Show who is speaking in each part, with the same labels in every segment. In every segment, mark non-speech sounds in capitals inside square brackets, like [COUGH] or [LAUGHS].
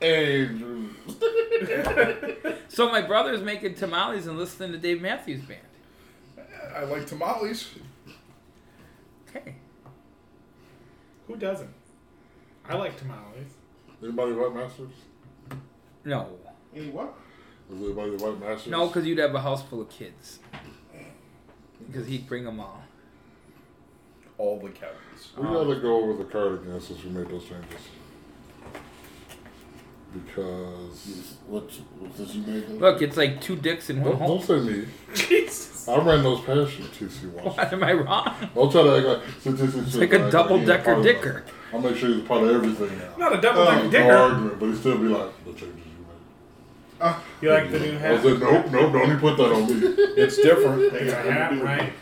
Speaker 1: And
Speaker 2: uh,
Speaker 3: So my brother's making tamales and listening to Dave Matthews Band.
Speaker 1: I like tamales.
Speaker 3: Okay.
Speaker 4: Who doesn't? I like tamales. [LAUGHS]
Speaker 1: Anybody like masters?
Speaker 3: No.
Speaker 5: Any what?
Speaker 1: Does anybody like masters?
Speaker 3: No, because you'd have a house full of kids. Because he'd bring them all.
Speaker 2: All the Kevins.
Speaker 1: we
Speaker 5: Uh-huh.
Speaker 1: gotta go over the card again since we made those changes. Because
Speaker 5: What? What did you make? them?
Speaker 3: Look, it's like two dicks in one
Speaker 1: don't,
Speaker 3: hole.
Speaker 1: don't say me.
Speaker 4: Jesus.
Speaker 1: I ran those past you, TC once.
Speaker 3: What [LAUGHS] am I wrong?
Speaker 1: Don't try to act like since this is
Speaker 3: like a double-decker dicker.
Speaker 1: I'll make sure he's a part of everything now.
Speaker 4: Not a double
Speaker 5: Oh,
Speaker 4: decker
Speaker 5: no.
Speaker 1: No
Speaker 4: dicker.
Speaker 1: argument, but he still be like the changes you made.
Speaker 4: You like the new
Speaker 1: I
Speaker 4: hat?
Speaker 1: was like, nope, nope, don't even put that on me.
Speaker 2: It's different.
Speaker 4: It's a hat, right?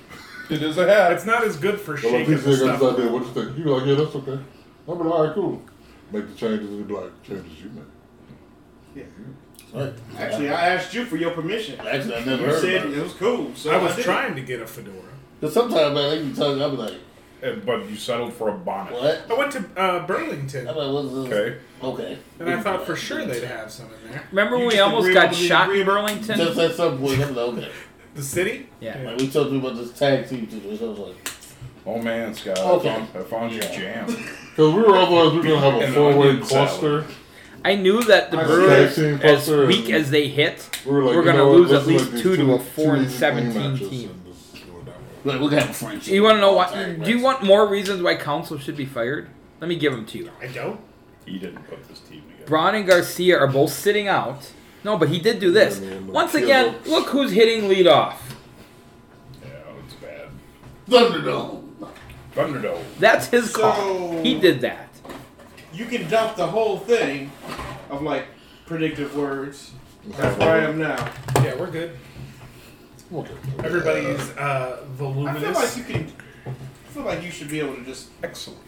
Speaker 2: It is a hat.
Speaker 4: It's not as good for
Speaker 1: But like
Speaker 4: shaking
Speaker 1: these
Speaker 4: the
Speaker 1: niggas out
Speaker 4: stuff.
Speaker 1: there, what you think? You be like, yeah, that's okay. I'm like, all right, cool. Make the changes and he be like, changes you made.
Speaker 5: Right.
Speaker 2: Actually,
Speaker 5: Actually, I asked you for your permission.
Speaker 1: Actually, I never
Speaker 5: You said it was cool, so
Speaker 4: I was
Speaker 5: did it.
Speaker 4: trying to get a fedora.
Speaker 5: Cause sometimes man, they be telling me, I'm like,
Speaker 2: And, but you settled for a bonnet.
Speaker 5: what?
Speaker 4: I went to uh, Burlington,
Speaker 5: I'm like, what's this?
Speaker 2: Okay.
Speaker 5: Okay.
Speaker 4: and I thought for sure they'd have some in there.
Speaker 3: Remember when
Speaker 5: You
Speaker 3: we
Speaker 5: just
Speaker 3: almost
Speaker 5: agree
Speaker 3: got
Speaker 5: with me,
Speaker 3: shot
Speaker 5: agree
Speaker 3: in
Speaker 5: with-
Speaker 3: Burlington?
Speaker 5: Just at some point, I'm like, okay.
Speaker 4: The city?
Speaker 3: Yeah.
Speaker 5: Like, we talked about this tag team situation. I was like,
Speaker 2: Oh man, Scott,
Speaker 5: Okay.
Speaker 2: I, found, I found your jam. [LAUGHS]
Speaker 1: Because we were otherwise we were gonna have a
Speaker 2: And
Speaker 1: four-way
Speaker 2: onion salad.
Speaker 1: cluster.
Speaker 3: I knew that the
Speaker 1: I
Speaker 3: Brewers,
Speaker 1: see.
Speaker 3: as
Speaker 1: Cluster
Speaker 3: weak
Speaker 1: and-
Speaker 3: as they hit,
Speaker 1: We were like,
Speaker 3: We're
Speaker 1: you
Speaker 3: gonna
Speaker 1: know what,
Speaker 3: lose
Speaker 1: let's
Speaker 3: at least
Speaker 1: make these
Speaker 3: two to a four and
Speaker 1: easy
Speaker 3: 17
Speaker 1: matches
Speaker 3: team.
Speaker 1: and just do it that way.
Speaker 5: look, we got a friendship.
Speaker 3: you want to know why?
Speaker 5: Tag
Speaker 3: Do you
Speaker 5: match.
Speaker 3: want more reasons why Council should be fired? Let me give them to you.
Speaker 4: I don't.
Speaker 2: He didn't put this team together.
Speaker 3: Braun and Garcia are both sitting out. No, but he did do this.
Speaker 1: Yeah, man,
Speaker 3: Once
Speaker 1: look,
Speaker 3: again,
Speaker 1: yeah, look.
Speaker 3: look who's hitting lead off.
Speaker 2: Yeah, it's bad.
Speaker 5: Thunderdome?
Speaker 2: Thunderdome.
Speaker 3: That's his
Speaker 5: So-
Speaker 3: call. He did that.
Speaker 5: You can dump the whole thing of like predictive words. That's where I am now.
Speaker 4: Yeah, we're good.
Speaker 1: Okay.
Speaker 4: Everybody's uh,
Speaker 5: I feel like
Speaker 4: voluminous.
Speaker 5: you can. I feel like you should be able to just
Speaker 2: Excellent.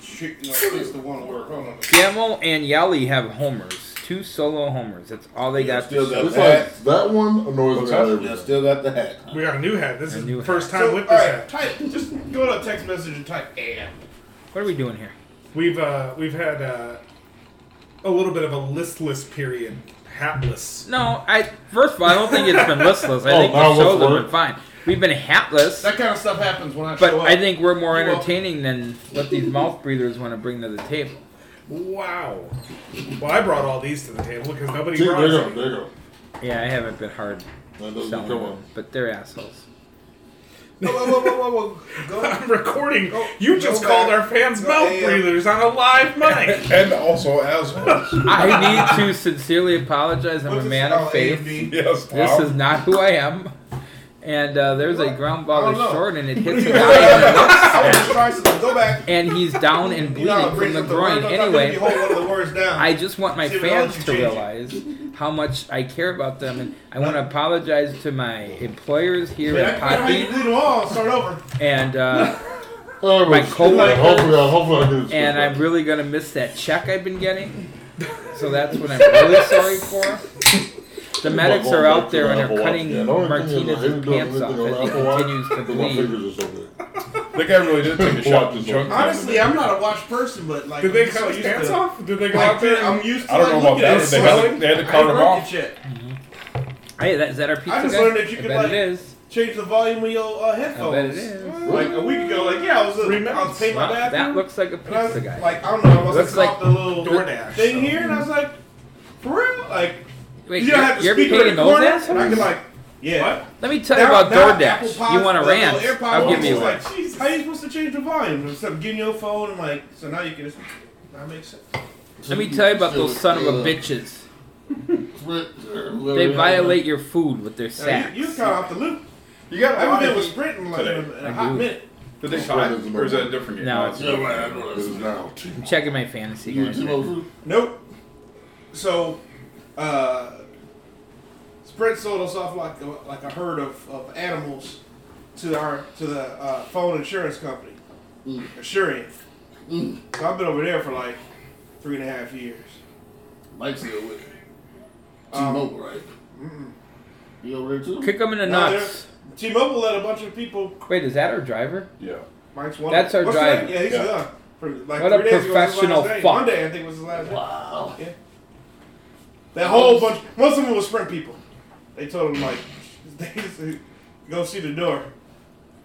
Speaker 5: shoot like just the one word. Hold on.
Speaker 3: Gamble and Yali have homers. Two solo homers. That's all they got.
Speaker 6: Still
Speaker 3: to
Speaker 6: got
Speaker 1: It's
Speaker 6: the hat.
Speaker 1: like, that one annoys
Speaker 2: What's
Speaker 1: me. out of
Speaker 2: up?
Speaker 6: Yeah,
Speaker 1: everything.
Speaker 6: still got the hat.
Speaker 4: We got a new hat. This
Speaker 3: A
Speaker 4: is
Speaker 3: new
Speaker 4: the first time
Speaker 5: So,
Speaker 4: with
Speaker 5: all
Speaker 4: this
Speaker 5: right,
Speaker 4: hat.
Speaker 5: type. Just go to a text message and type "and."
Speaker 3: What are we doing here?
Speaker 4: We've uh, we've had uh, a little bit of a listless period, hatless.
Speaker 3: No, I first of all, I don't think it's been listless. I
Speaker 1: [LAUGHS] Oh,
Speaker 3: think
Speaker 1: now
Speaker 3: the shows
Speaker 1: what's
Speaker 3: have been
Speaker 1: work?
Speaker 3: fine. We've been hatless,
Speaker 5: That kind of stuff happens when I
Speaker 3: but
Speaker 5: show up.
Speaker 3: I think we're more
Speaker 5: Well-
Speaker 3: entertaining than what these mouth breathers want to bring to the table.
Speaker 4: Wow. Well, I brought all these to the table because nobody
Speaker 1: See, there
Speaker 4: brought
Speaker 1: you go,
Speaker 4: them.
Speaker 1: there you go.
Speaker 3: Yeah, I haven't been hard
Speaker 1: That doesn't
Speaker 3: selling
Speaker 1: come on.
Speaker 3: them, but they're assholes.
Speaker 5: Whoa, whoa, whoa, whoa, whoa, whoa.
Speaker 3: [LAUGHS]
Speaker 5: Go
Speaker 4: [LAUGHS]
Speaker 5: ahead.
Speaker 4: I'm recording. You
Speaker 5: go
Speaker 4: just
Speaker 5: back.
Speaker 4: called our fans
Speaker 5: Go
Speaker 4: mouth
Speaker 5: ahead.
Speaker 4: breathers on a
Speaker 5: [LAUGHS]
Speaker 4: live mic.
Speaker 2: And also assholes.
Speaker 3: I need to sincerely apologize. I'm
Speaker 5: What's
Speaker 3: a
Speaker 5: this-
Speaker 3: man
Speaker 5: oh,
Speaker 3: of
Speaker 5: A and
Speaker 3: faith.
Speaker 5: B.
Speaker 2: yes,
Speaker 3: This
Speaker 2: wow.
Speaker 3: is not who I am. And uh, there's a ground ball
Speaker 5: I don't
Speaker 3: that's
Speaker 5: know.
Speaker 3: short, and it hits a guy, in the lip,
Speaker 5: I'm just trying to go back.
Speaker 3: and he's down
Speaker 5: [LAUGHS]
Speaker 3: and
Speaker 5: You know how
Speaker 3: bleeding from
Speaker 5: it brings
Speaker 3: the
Speaker 5: up the word.
Speaker 3: groin.
Speaker 5: Sometimes if
Speaker 3: Anyway,
Speaker 5: you hold one of the words down.
Speaker 3: I just want my
Speaker 5: See, we
Speaker 3: fans
Speaker 5: let
Speaker 3: to
Speaker 5: you
Speaker 3: realize how much I care about them, and I want to apologize to my employers here
Speaker 5: That-
Speaker 3: at
Speaker 5: that's how you
Speaker 3: Poppy
Speaker 5: glue them all. Start over.
Speaker 3: and uh,
Speaker 1: Oh,
Speaker 3: My
Speaker 1: but shit,
Speaker 3: coworker-
Speaker 1: Hopefully, I, hopefully I get it.
Speaker 3: and I'm really gonna miss that check I've been getting. So that's what I'm really sorry for. The medics are out there and they're cutting Martinez's pants off as he continues to
Speaker 1: My
Speaker 3: bleed.
Speaker 1: fingers are so big.
Speaker 2: The guy really did take a shot to chunk.
Speaker 5: Honestly, I'm not a watch person, but like,
Speaker 4: Did they
Speaker 5: I'm so
Speaker 4: cut his
Speaker 5: used
Speaker 4: pants
Speaker 5: to-
Speaker 4: off? Did they go
Speaker 5: Like,
Speaker 4: out there?
Speaker 5: I'm used to.
Speaker 2: I don't
Speaker 5: like,
Speaker 2: know about
Speaker 5: looking at
Speaker 2: that.
Speaker 5: it
Speaker 2: They had to-
Speaker 5: swelling.
Speaker 2: they had to
Speaker 5: I
Speaker 2: cut 'em
Speaker 5: work
Speaker 2: off.
Speaker 5: at shit.
Speaker 3: Hey, that, is that our pizza
Speaker 5: just
Speaker 3: guy?
Speaker 5: learned that you
Speaker 3: I
Speaker 5: could,
Speaker 3: bet
Speaker 5: like-
Speaker 3: it is.
Speaker 5: Change the volume of your uh,
Speaker 3: I bet it
Speaker 5: headphones.
Speaker 3: is.
Speaker 5: Like a week ago, like yeah, I was
Speaker 4: Remember-
Speaker 5: I was taking my
Speaker 3: Wow,
Speaker 5: bathroom.
Speaker 3: that looks like a
Speaker 5: and I was,
Speaker 3: pizza guy.
Speaker 5: Like I don't know, I must
Speaker 3: Looks
Speaker 5: have
Speaker 3: like
Speaker 5: like the little
Speaker 4: DoorDash,
Speaker 5: thing
Speaker 4: so.
Speaker 5: here, and I was like, for real, like
Speaker 3: Wait,
Speaker 5: you don't have
Speaker 3: you're,
Speaker 5: to
Speaker 3: you're
Speaker 5: speak in
Speaker 3: paying
Speaker 5: the
Speaker 3: those
Speaker 5: corner. And I
Speaker 3: assholes?
Speaker 5: can like, yeah.
Speaker 3: Let me tell you
Speaker 5: Now-
Speaker 3: about
Speaker 5: now Apple
Speaker 3: DoorDash.
Speaker 5: Pods,
Speaker 3: You want a
Speaker 5: the little
Speaker 3: rant?
Speaker 5: AirPods,
Speaker 3: I'll give
Speaker 5: it's
Speaker 3: you
Speaker 5: just
Speaker 3: one.
Speaker 5: Like, Jesus, how are you supposed to change the volume instead of getting your phone and like? So now you can. Just, that makes sense.
Speaker 3: Let me tell you about those son of a bitches. They violate your food with their
Speaker 5: Now,
Speaker 3: sacks.
Speaker 5: you, you kind of off the loop.
Speaker 2: You got
Speaker 5: I haven't been with sprinting like in a, in
Speaker 3: I
Speaker 5: a hot
Speaker 3: do.
Speaker 5: minute.
Speaker 2: Did they tie? Or is that a different game?
Speaker 3: No.
Speaker 2: it's-
Speaker 6: Yeah, right, I know
Speaker 1: It
Speaker 6: that's-
Speaker 1: is now.
Speaker 3: I'm checking my fantasy.
Speaker 6: You were
Speaker 3: guys.
Speaker 6: Tebow Fruit?
Speaker 5: Nope. So, uh, Sprint sold us off like a, like a herd of, of animals to our to the uh, phone insurance company, Assurant. So I've been over there for like three and a half years.
Speaker 6: Mike's still with it.
Speaker 5: Um,
Speaker 6: T-Mobile, right? You over there too?
Speaker 3: Kick them in the
Speaker 5: Now they're-
Speaker 3: nuts.
Speaker 5: T-Mobile let a bunch of people.
Speaker 3: Wait, is that our driver?
Speaker 2: Yeah.
Speaker 5: Mike's one.
Speaker 3: That's our
Speaker 5: what's his name?
Speaker 3: driver.
Speaker 5: Yeah, he's
Speaker 2: Yeah.
Speaker 5: done. For like
Speaker 3: What
Speaker 5: three
Speaker 3: a
Speaker 5: days ago was his
Speaker 3: professional
Speaker 5: last day.
Speaker 3: fuck.
Speaker 5: Monday, I think was his last day.
Speaker 6: Wow.
Speaker 5: Yeah. That whole bunch. Most of them were Sprint people. They told him like, [LAUGHS] they just, go see the door.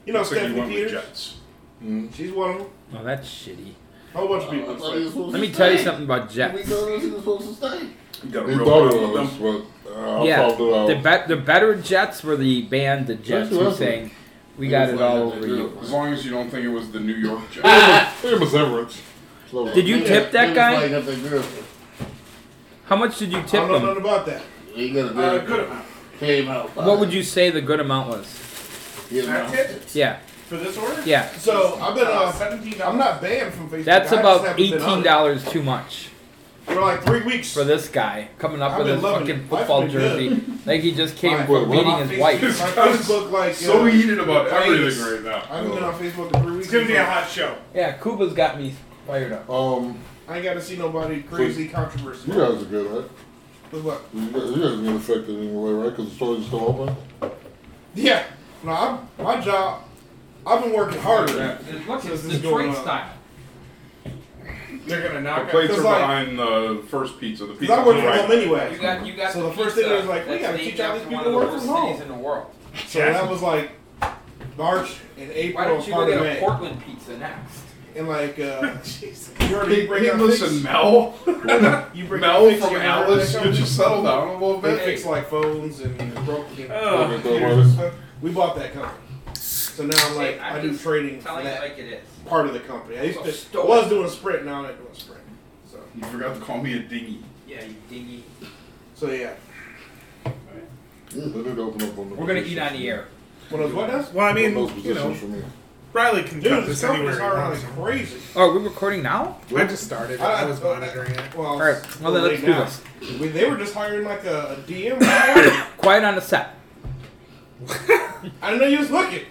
Speaker 5: You know
Speaker 2: Looks like he
Speaker 5: Stephanie
Speaker 2: went with
Speaker 5: Peters.
Speaker 2: Jets.
Speaker 5: She's one of them.
Speaker 3: Oh, that's shitty.
Speaker 5: Whole bunch of people.
Speaker 6: I thought he was
Speaker 5: It's like,
Speaker 6: supposed
Speaker 3: Let
Speaker 6: to
Speaker 3: me tell you
Speaker 6: stay.
Speaker 3: something about
Speaker 6: We
Speaker 3: Jets.
Speaker 6: thought he was supposed to stay.
Speaker 2: You got a
Speaker 1: He
Speaker 2: real
Speaker 1: thought
Speaker 2: problem
Speaker 1: it
Speaker 2: with
Speaker 1: was,
Speaker 2: them.
Speaker 1: but uh, I
Speaker 3: yeah,
Speaker 1: popped it
Speaker 5: Oh.
Speaker 1: out.
Speaker 3: the, bet the better Jets were the band, the Jets,
Speaker 1: That's
Speaker 3: who
Speaker 1: awesome.
Speaker 3: sang, we
Speaker 6: He
Speaker 3: got
Speaker 6: was
Speaker 3: it
Speaker 6: like,
Speaker 3: all
Speaker 6: "That's
Speaker 3: over
Speaker 6: good."
Speaker 3: you.
Speaker 2: As long as you don't think it was the New
Speaker 3: [LAUGHS]
Speaker 2: York Jets.
Speaker 1: It was- it was Everett's. So,
Speaker 3: Did you
Speaker 6: Yeah,
Speaker 3: tip
Speaker 6: he
Speaker 3: that
Speaker 6: was
Speaker 3: guy?
Speaker 6: like, "That's a girlfriend."
Speaker 3: How much did you
Speaker 5: I
Speaker 3: tip
Speaker 5: don't know
Speaker 3: him?
Speaker 5: nothing about that.
Speaker 6: He got a
Speaker 5: Uh,
Speaker 6: girlfriend.
Speaker 5: good amount.
Speaker 6: Came out.
Speaker 3: What would you say the good amount was?
Speaker 5: I tipped
Speaker 3: Yeah,
Speaker 5: for this order.
Speaker 3: yeah.
Speaker 5: So I've been
Speaker 4: Uh,
Speaker 5: uh,
Speaker 4: Seventeen
Speaker 5: I'm
Speaker 4: dollars.
Speaker 5: not banned from Facebook.
Speaker 3: That's
Speaker 5: I just
Speaker 3: about
Speaker 5: haven't been on
Speaker 3: eighteen
Speaker 5: it
Speaker 3: dollars too much
Speaker 5: for like three weeks.
Speaker 3: for this guy coming up
Speaker 5: I've
Speaker 3: with
Speaker 5: been
Speaker 3: his
Speaker 5: loving
Speaker 3: fucking
Speaker 5: it.
Speaker 3: football
Speaker 5: Life's been good.
Speaker 3: jersey [LAUGHS] like he just came
Speaker 5: Why?
Speaker 3: from
Speaker 1: Why?
Speaker 3: beating his wife.
Speaker 5: my Facebook like
Speaker 2: So
Speaker 5: uh,
Speaker 2: heated about
Speaker 5: Right.
Speaker 2: everything right now.
Speaker 5: I haven't been on Facebook in three weeks.
Speaker 4: It's gonna be a hot show.
Speaker 3: Yeah, Cuba's got me fired up.
Speaker 1: um,
Speaker 5: I ain't got to see nobody crazy controversy.
Speaker 1: you guys are good, right?
Speaker 5: But what?
Speaker 1: You guys, you guys are being affected in any way, right? Because the stores are still open.
Speaker 5: Yeah. No, I'm, my job. I've been working harder.
Speaker 3: Look,
Speaker 5: it's Detroit style.
Speaker 4: They're gonna
Speaker 2: The
Speaker 4: knock out.
Speaker 2: plates are
Speaker 5: Cause like-
Speaker 2: behind the first pizza. The
Speaker 5: Cause I
Speaker 2: pizza
Speaker 5: work from
Speaker 2: right.
Speaker 5: home anyway.
Speaker 3: got, you got
Speaker 5: So the first thing was like, we gotta teach all these people to work from home.
Speaker 3: in the world.
Speaker 5: So that was like March and April, part of May,
Speaker 3: Portland pizza next?
Speaker 5: and like uh, you already
Speaker 2: Hey,
Speaker 5: bring
Speaker 2: hey,
Speaker 5: out
Speaker 2: listen, [LAUGHS]
Speaker 5: fix-
Speaker 2: Mel.
Speaker 5: you bring out
Speaker 2: Mel
Speaker 5: fix
Speaker 2: from
Speaker 5: your
Speaker 2: Alice.
Speaker 5: internet
Speaker 2: Could you settle down a little
Speaker 5: They
Speaker 2: bit?
Speaker 5: fix like phones and broken.
Speaker 1: Okay, so why this-
Speaker 5: We bought that company. So now I'm like I do trading for that
Speaker 3: it is.
Speaker 5: part of the company. I used
Speaker 3: So
Speaker 5: to
Speaker 3: store.
Speaker 5: I was doing Sprint, now I'm not doing Sprint. So
Speaker 2: You forgot to call me a dingy.
Speaker 3: Yeah, you dingy.
Speaker 5: so yeah.
Speaker 1: They did open up on the
Speaker 3: We're gonna eat on the air.
Speaker 5: When I was what else?
Speaker 4: Well, I mean,
Speaker 1: those
Speaker 4: you
Speaker 1: positions
Speaker 4: know,
Speaker 1: for me.
Speaker 4: Riley can
Speaker 5: Dude,
Speaker 4: cut this
Speaker 5: this company's
Speaker 4: anywhere.
Speaker 5: hard on is
Speaker 4: he wants.
Speaker 5: crazy.
Speaker 3: Oh, are we recording now?
Speaker 4: I just started. it. I was monitoring it.
Speaker 5: Well,
Speaker 3: All right. Well, then let's do this.
Speaker 5: this. We, they were just hiring like a, a DM. [LAUGHS] I
Speaker 3: Quiet on the set.
Speaker 5: didn't know you was looking.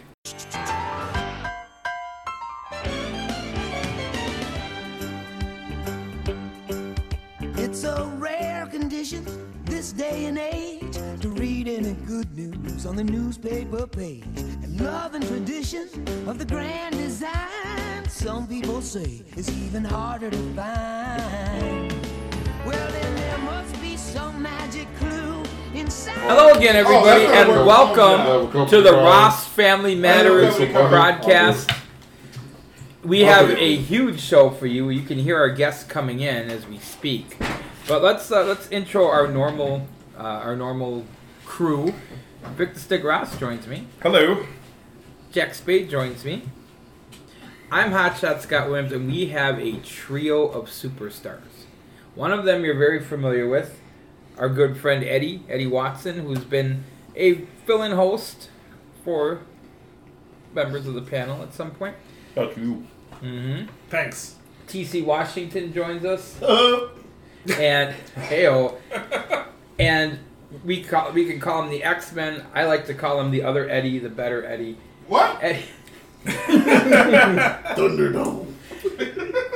Speaker 7: It's a rare condition this day and age to read any good news on the newspaper page. And love and tradition of the grand design, some people say, is even harder to find. Well, then there must be some magic clue inside.
Speaker 3: Hello again, everybody,
Speaker 5: Oh, that's
Speaker 3: and
Speaker 5: not
Speaker 1: working.
Speaker 3: welcome to the Ross Family Matters
Speaker 5: That's not
Speaker 3: broadcast. We
Speaker 1: I'll
Speaker 3: have
Speaker 1: do it.
Speaker 3: a huge show for you. You can hear our guests coming in as we speak. But let's uh, let's intro our normal uh, our normal crew. Vic the Stick Ross joins me.
Speaker 2: Hello.
Speaker 3: Jack Spade joins me. I'm Hotshot Scott Williams, and we have a trio of superstars. One of them you're very familiar with, our good friend Eddie, Eddie Watson, who's been a fill in host for members of the panel at some point.
Speaker 2: Fuck you.
Speaker 3: Mm-hmm.
Speaker 4: Thanks.
Speaker 3: TC Washington joins us,
Speaker 5: Uh,
Speaker 3: and heyo, and we call we can call him the X Men. I like to call him the other Eddie, the better Eddie.
Speaker 5: what?
Speaker 3: Eddie.
Speaker 6: Thunderdome.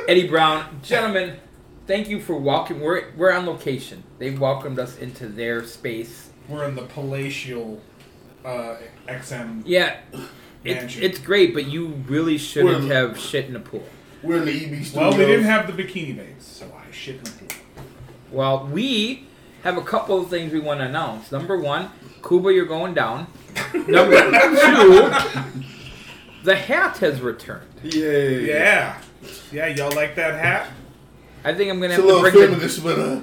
Speaker 3: Eddie Brown, gentlemen, thank you for welcome. We're we're on location. They welcomed us into their space.
Speaker 4: We're in the palatial uh, XM.
Speaker 3: Yeah, it's
Speaker 4: Mansion.
Speaker 3: it's great, but you really shouldn't
Speaker 6: Well-
Speaker 3: have shit in a pool.
Speaker 6: We're in the E EB studios.
Speaker 4: Well, we didn't have the bikini babes, so I shit my pool.
Speaker 3: Well, we have a couple of things we want to announce. Number one, Cuba, you're going down.
Speaker 6: [LAUGHS]
Speaker 3: Number two, the hat has returned.
Speaker 2: Yay.
Speaker 4: Yeah. Yeah, y'all like that hat?
Speaker 3: I think I'm gonna have
Speaker 6: It's a
Speaker 3: to
Speaker 6: little
Speaker 3: bring
Speaker 6: feminist,
Speaker 3: it.
Speaker 6: but uh,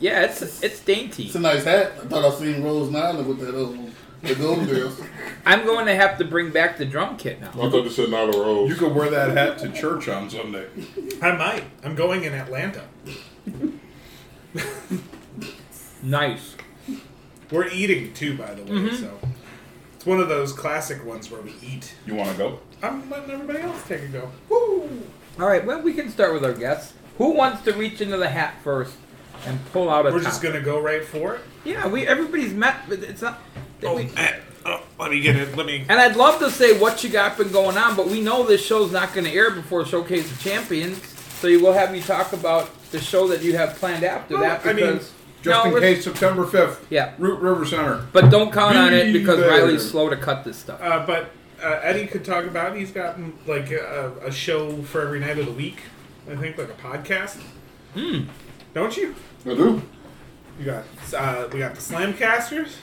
Speaker 3: Yeah, it's it's dainty.
Speaker 6: it's a nice hat. I thought I seen Rose Nyland with that other one, the Golden Girls.
Speaker 3: I'm going to have to bring back the drum kit now.
Speaker 1: I thought they said not a
Speaker 2: You
Speaker 1: rose.
Speaker 2: could wear that hat to church on Sunday.
Speaker 4: I might. I'm going in Atlanta.
Speaker 3: Nice.
Speaker 4: We're eating too, by the way, so it's one of those classic ones where we eat.
Speaker 2: You want to go?
Speaker 4: I'm letting everybody else take a go.
Speaker 3: All right, well, we can start with our guests. Who wants to reach into the hat first and pull out a
Speaker 4: We're
Speaker 3: top?
Speaker 4: just gonna go right for it.
Speaker 3: Yeah, we everybody's met, but it's not. that we-
Speaker 4: eh, oh, let me get it. Let me.
Speaker 3: and I'd love to say what you got been going on, but we know this show's not going to air before Showcase of Champions, so you will have me talk about the show that you have planned after
Speaker 2: Well,
Speaker 3: that.
Speaker 2: I
Speaker 3: Because,
Speaker 2: mean, Just
Speaker 3: No,
Speaker 2: in
Speaker 3: we're-
Speaker 2: case, September 5th.
Speaker 3: Yeah.
Speaker 2: Root River Center.
Speaker 3: but don't count on it
Speaker 2: Be
Speaker 3: because
Speaker 2: there.
Speaker 3: Riley's slow to cut this stuff.
Speaker 4: Uh, but uh, Eddie could talk about. He's got mm, like a, a show for every night of the week. I think, like a podcast. Don't you?
Speaker 1: I do.
Speaker 4: You got uh, we got the Slamcasters.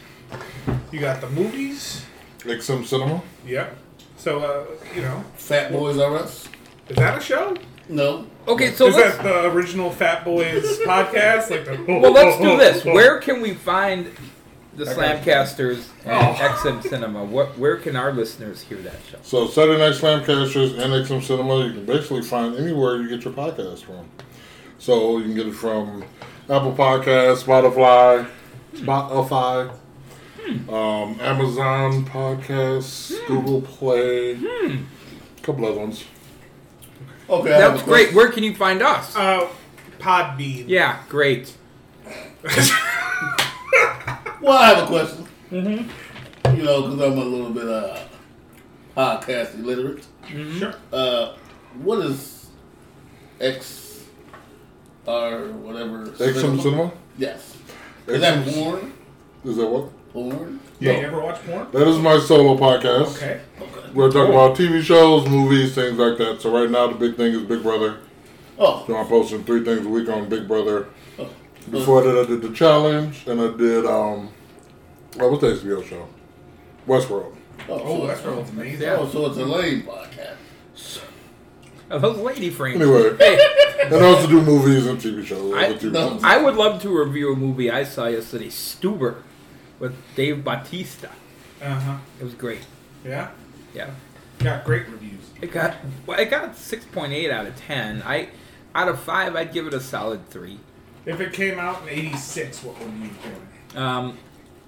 Speaker 4: You got the movies.
Speaker 1: Like some cinema.
Speaker 4: Yep. So uh, you know,
Speaker 6: Fat Boys R Us?
Speaker 4: is that a show?
Speaker 6: No.
Speaker 3: Okay, so
Speaker 4: is
Speaker 3: let's
Speaker 4: that the original Fat
Speaker 3: [LAUGHS]
Speaker 4: Boys podcast? Like the
Speaker 3: well let's do
Speaker 4: [LAUGHS]
Speaker 3: this. Where can we find the Slamcasters [LAUGHS] and XM Cinema? What where can our listeners hear that show?
Speaker 1: So Saturday Night Slamcasters and XM Cinema, you can basically find anywhere you get your podcast from. So you can get it from Apple Podcasts, Spotify, Spotify, um, Amazon Podcasts,
Speaker 4: Hmm.
Speaker 1: Google Play, a couple other ones.
Speaker 6: Okay. I have
Speaker 3: That's great.
Speaker 6: a question.
Speaker 3: Where can you find us?
Speaker 4: Uh, Podbean.
Speaker 3: Yeah, great.
Speaker 6: Well, I have a question. Mm-hmm. You know, because I'm a little bit uh, podcast illiterate.
Speaker 4: Sure.
Speaker 6: Uh, what is X or whatever?
Speaker 1: XM Cinema.
Speaker 6: Yes. Is that porn?
Speaker 1: Is that what?
Speaker 6: Porn?
Speaker 4: Yeah.
Speaker 1: No.
Speaker 4: You ever watch porn?
Speaker 1: That is my solo podcast.
Speaker 4: Okay.
Speaker 1: We're talking about TV shows, movies, things like that. So right now the big thing is Big Brother.
Speaker 6: Oh,
Speaker 1: So I'm posting three things a week on Big Brother. Before that, I did the challenge, and I did um, what was the HBO show? Westworld.
Speaker 6: oh, so
Speaker 4: Oh, that's
Speaker 6: it's,
Speaker 4: real amazing.
Speaker 6: oh, so it's a lame podcast.
Speaker 3: Of those lady frames.
Speaker 1: Anyway,
Speaker 3: Hey,
Speaker 1: and I also do movies and TV shows.
Speaker 3: I-
Speaker 1: other TV
Speaker 6: no.
Speaker 1: shows.
Speaker 3: I would love to review a movie I saw yesterday, Stuber, with Dave Bautista.
Speaker 4: Uh huh.
Speaker 3: It was great.
Speaker 4: Yeah.
Speaker 3: Yeah.
Speaker 4: Got great reviews.
Speaker 3: It got well, it got six point eight out of ten. I out of five I'd give it a solid three.
Speaker 4: If it came out in '86, what would you do?
Speaker 3: Um,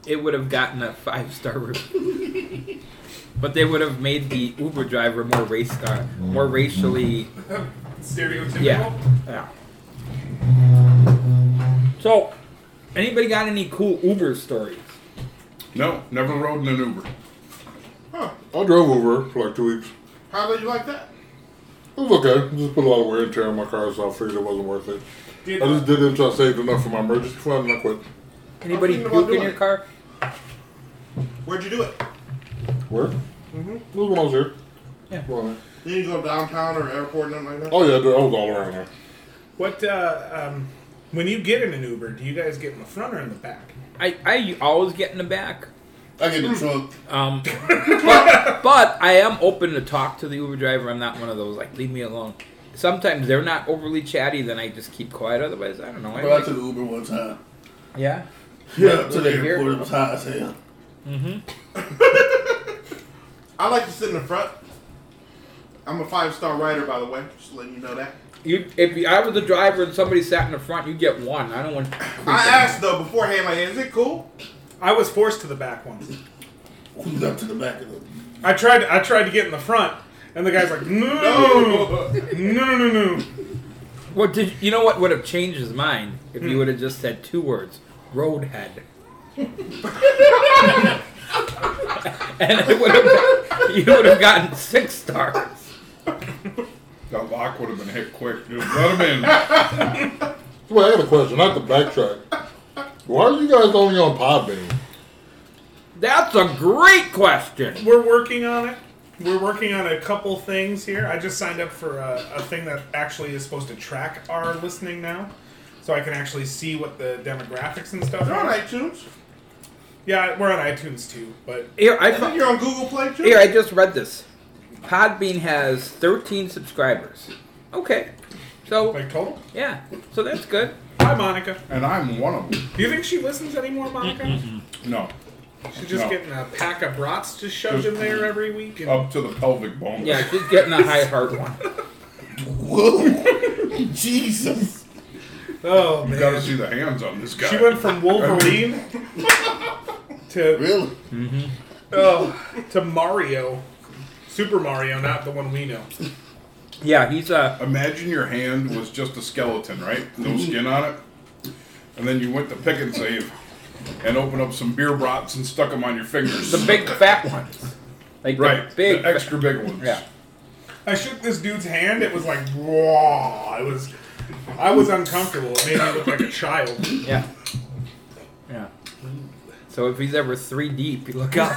Speaker 3: it would have gotten a five star review. but they would have made the Uber driver more race star more racially
Speaker 4: Stereotypical.
Speaker 3: Yeah. Yeah. So anybody got any cool Uber stories?
Speaker 2: No, never rode in an Uber.
Speaker 5: Huh.
Speaker 1: I drove Uber for like two weeks.
Speaker 5: How did you like that?
Speaker 1: It was okay. Just put a lot of wear and tear on my car, so I figured it wasn't worth it.
Speaker 4: Did,
Speaker 1: I just did it until I saved enough for my emergency fund, and I quit.
Speaker 3: Anybody
Speaker 5: thinking about
Speaker 3: puke in
Speaker 5: doing
Speaker 3: your
Speaker 5: it.
Speaker 3: car?
Speaker 5: Where'd you do it?
Speaker 1: Where? Mm-hmm. It was when I was here.
Speaker 3: Yeah.
Speaker 1: Well,
Speaker 5: You didn't go downtown or airport, nothing like that.
Speaker 1: oh yeah, I did- I was all around there.
Speaker 4: what? Uh, um, when you get in an Uber, do you guys get in the front or in the back?
Speaker 3: I, I always get in the back.
Speaker 6: I get the trunk.
Speaker 3: Um, but, but I am open to talk to the Uber driver. I'm not one of those like leave me alone. Sometimes they're not overly chatty, then I just keep quiet. Otherwise, I don't know. I
Speaker 6: But I
Speaker 3: like-
Speaker 6: took Uber one time.
Speaker 3: yeah.
Speaker 6: Yeah, to the
Speaker 3: Here.
Speaker 6: airport. It was hot as hell.
Speaker 5: I like to sit in the front. I'm a five star writer, by the way. Just letting you know that.
Speaker 3: You, if you, I was the driver and somebody sat in the front, you get one. I don't want.
Speaker 5: I asked though beforehand, like, is it cool?
Speaker 4: I was forced to the back once.
Speaker 6: Who's up to the back of the
Speaker 4: I tried. I tried to get in the front, and the guy's like, "Mm, "No, no, no, no, no."
Speaker 3: What did you know? What would have changed his mind if you would have just said two words: roadhead. [LAUGHS] and it would have, you would have gotten six stars.
Speaker 2: That lock would have been hit quick. Dude. Let him [LAUGHS] in.
Speaker 1: Well, I got a question. Not to backtrack. Why are you guys only on Podbean?
Speaker 3: That's a great question.
Speaker 4: We're working on it. We're working on a couple things here. I just signed up for a, a thing that actually is supposed to track our listening now, so I can actually see what the demographics and stuff
Speaker 5: You're on
Speaker 4: are.
Speaker 5: iTunes.
Speaker 4: Yeah, we're on iTunes too, but
Speaker 3: Here, I
Speaker 5: I think
Speaker 3: found,
Speaker 5: you're on Google Play too.
Speaker 3: here. I just read this. Podbean has 13 subscribers. Okay, so
Speaker 4: like total.
Speaker 3: yeah, so that's good.
Speaker 4: Hi, Monica.
Speaker 2: And I'm one of them.
Speaker 4: Do you think she listens anymore, Monica?
Speaker 2: No.
Speaker 4: She's just
Speaker 2: No. Oh.
Speaker 4: getting a pack of brats just shoved in there every week. And
Speaker 2: Up to the pelvic bone.
Speaker 3: Yeah, just getting a high heart one.
Speaker 6: Whoa. Jesus.
Speaker 4: oh
Speaker 2: You gotta
Speaker 4: man,
Speaker 2: see the hands on this guy.
Speaker 4: she
Speaker 2: [LAUGHS]
Speaker 4: went from Wolverine to
Speaker 6: Really?
Speaker 4: Oh, to Mario. Super Mario, not the one we know.
Speaker 3: Yeah, he's uh, a.
Speaker 2: Imagine your hand was just a skeleton, right?
Speaker 3: Mm-hmm.
Speaker 2: No skin on it. And then you went to pick and save and opened up some beer brats and stuck them on your fingers.
Speaker 3: The big fat ones. Like
Speaker 2: Right.
Speaker 3: the big
Speaker 2: the extra big ones.
Speaker 3: Yeah.
Speaker 4: I shook this dude's hand. It was like, raw. It was, I was uncomfortable. It made me look like a child.
Speaker 3: Yeah. Yeah. So if he's ever three deep, you look [LAUGHS] out.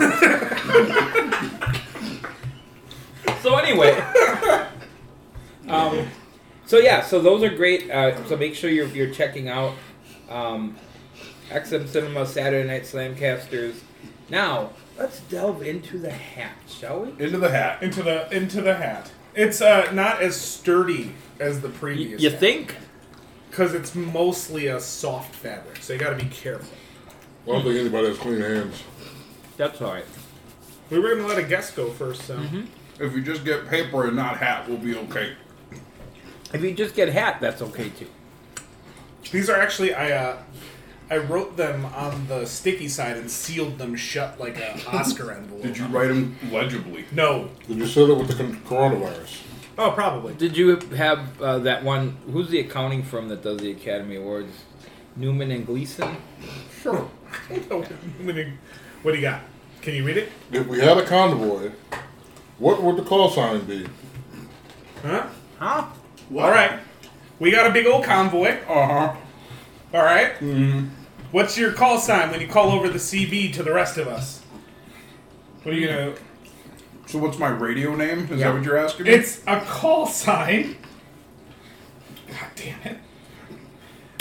Speaker 3: so anyway, um, So yeah, so those are great. Uh, so make sure you're, you're checking out um, XM Cinema Saturday Night Slamcasters. Now let's delve into the hat, shall we?
Speaker 2: Into the hat.
Speaker 4: Into the into the hat. It's uh, not as sturdy as the
Speaker 3: Y-
Speaker 4: previous.
Speaker 3: you think?
Speaker 4: Because it's mostly a soft fabric, so you got to be careful.
Speaker 1: I don't think anybody has clean hands.
Speaker 3: That's all right.
Speaker 4: We were gonna let a guest go first, so
Speaker 3: Mm-hmm.
Speaker 2: If you just get paper and not hat, we'll be okay.
Speaker 3: If you just get hat, that's okay too.
Speaker 4: these are actually I uh, I wrote them on the sticky side and sealed them shut like a Oscar [LAUGHS] envelope.
Speaker 2: Did you write them legibly?
Speaker 4: No.
Speaker 1: Did you set it with the con- coronavirus?
Speaker 4: Oh, probably.
Speaker 3: Did you have uh, that one? Who's the accounting firm that does the Academy Awards? Newman and Gleason.
Speaker 4: [LAUGHS] Sure. what do you got? Can you read it?
Speaker 1: If we had a convoy, what would the call sign be?
Speaker 4: Huh?
Speaker 3: Huh?
Speaker 4: All right. We got a big old convoy. Uh-huh.
Speaker 2: Uh huh.
Speaker 4: All Mm-hmm. What's your call sign when you call over the CB to the rest of us? What are you gonna?
Speaker 2: So what's my radio name? Is
Speaker 3: Yeah.
Speaker 2: that what you're asking me?
Speaker 4: It's a call sign. God damn it!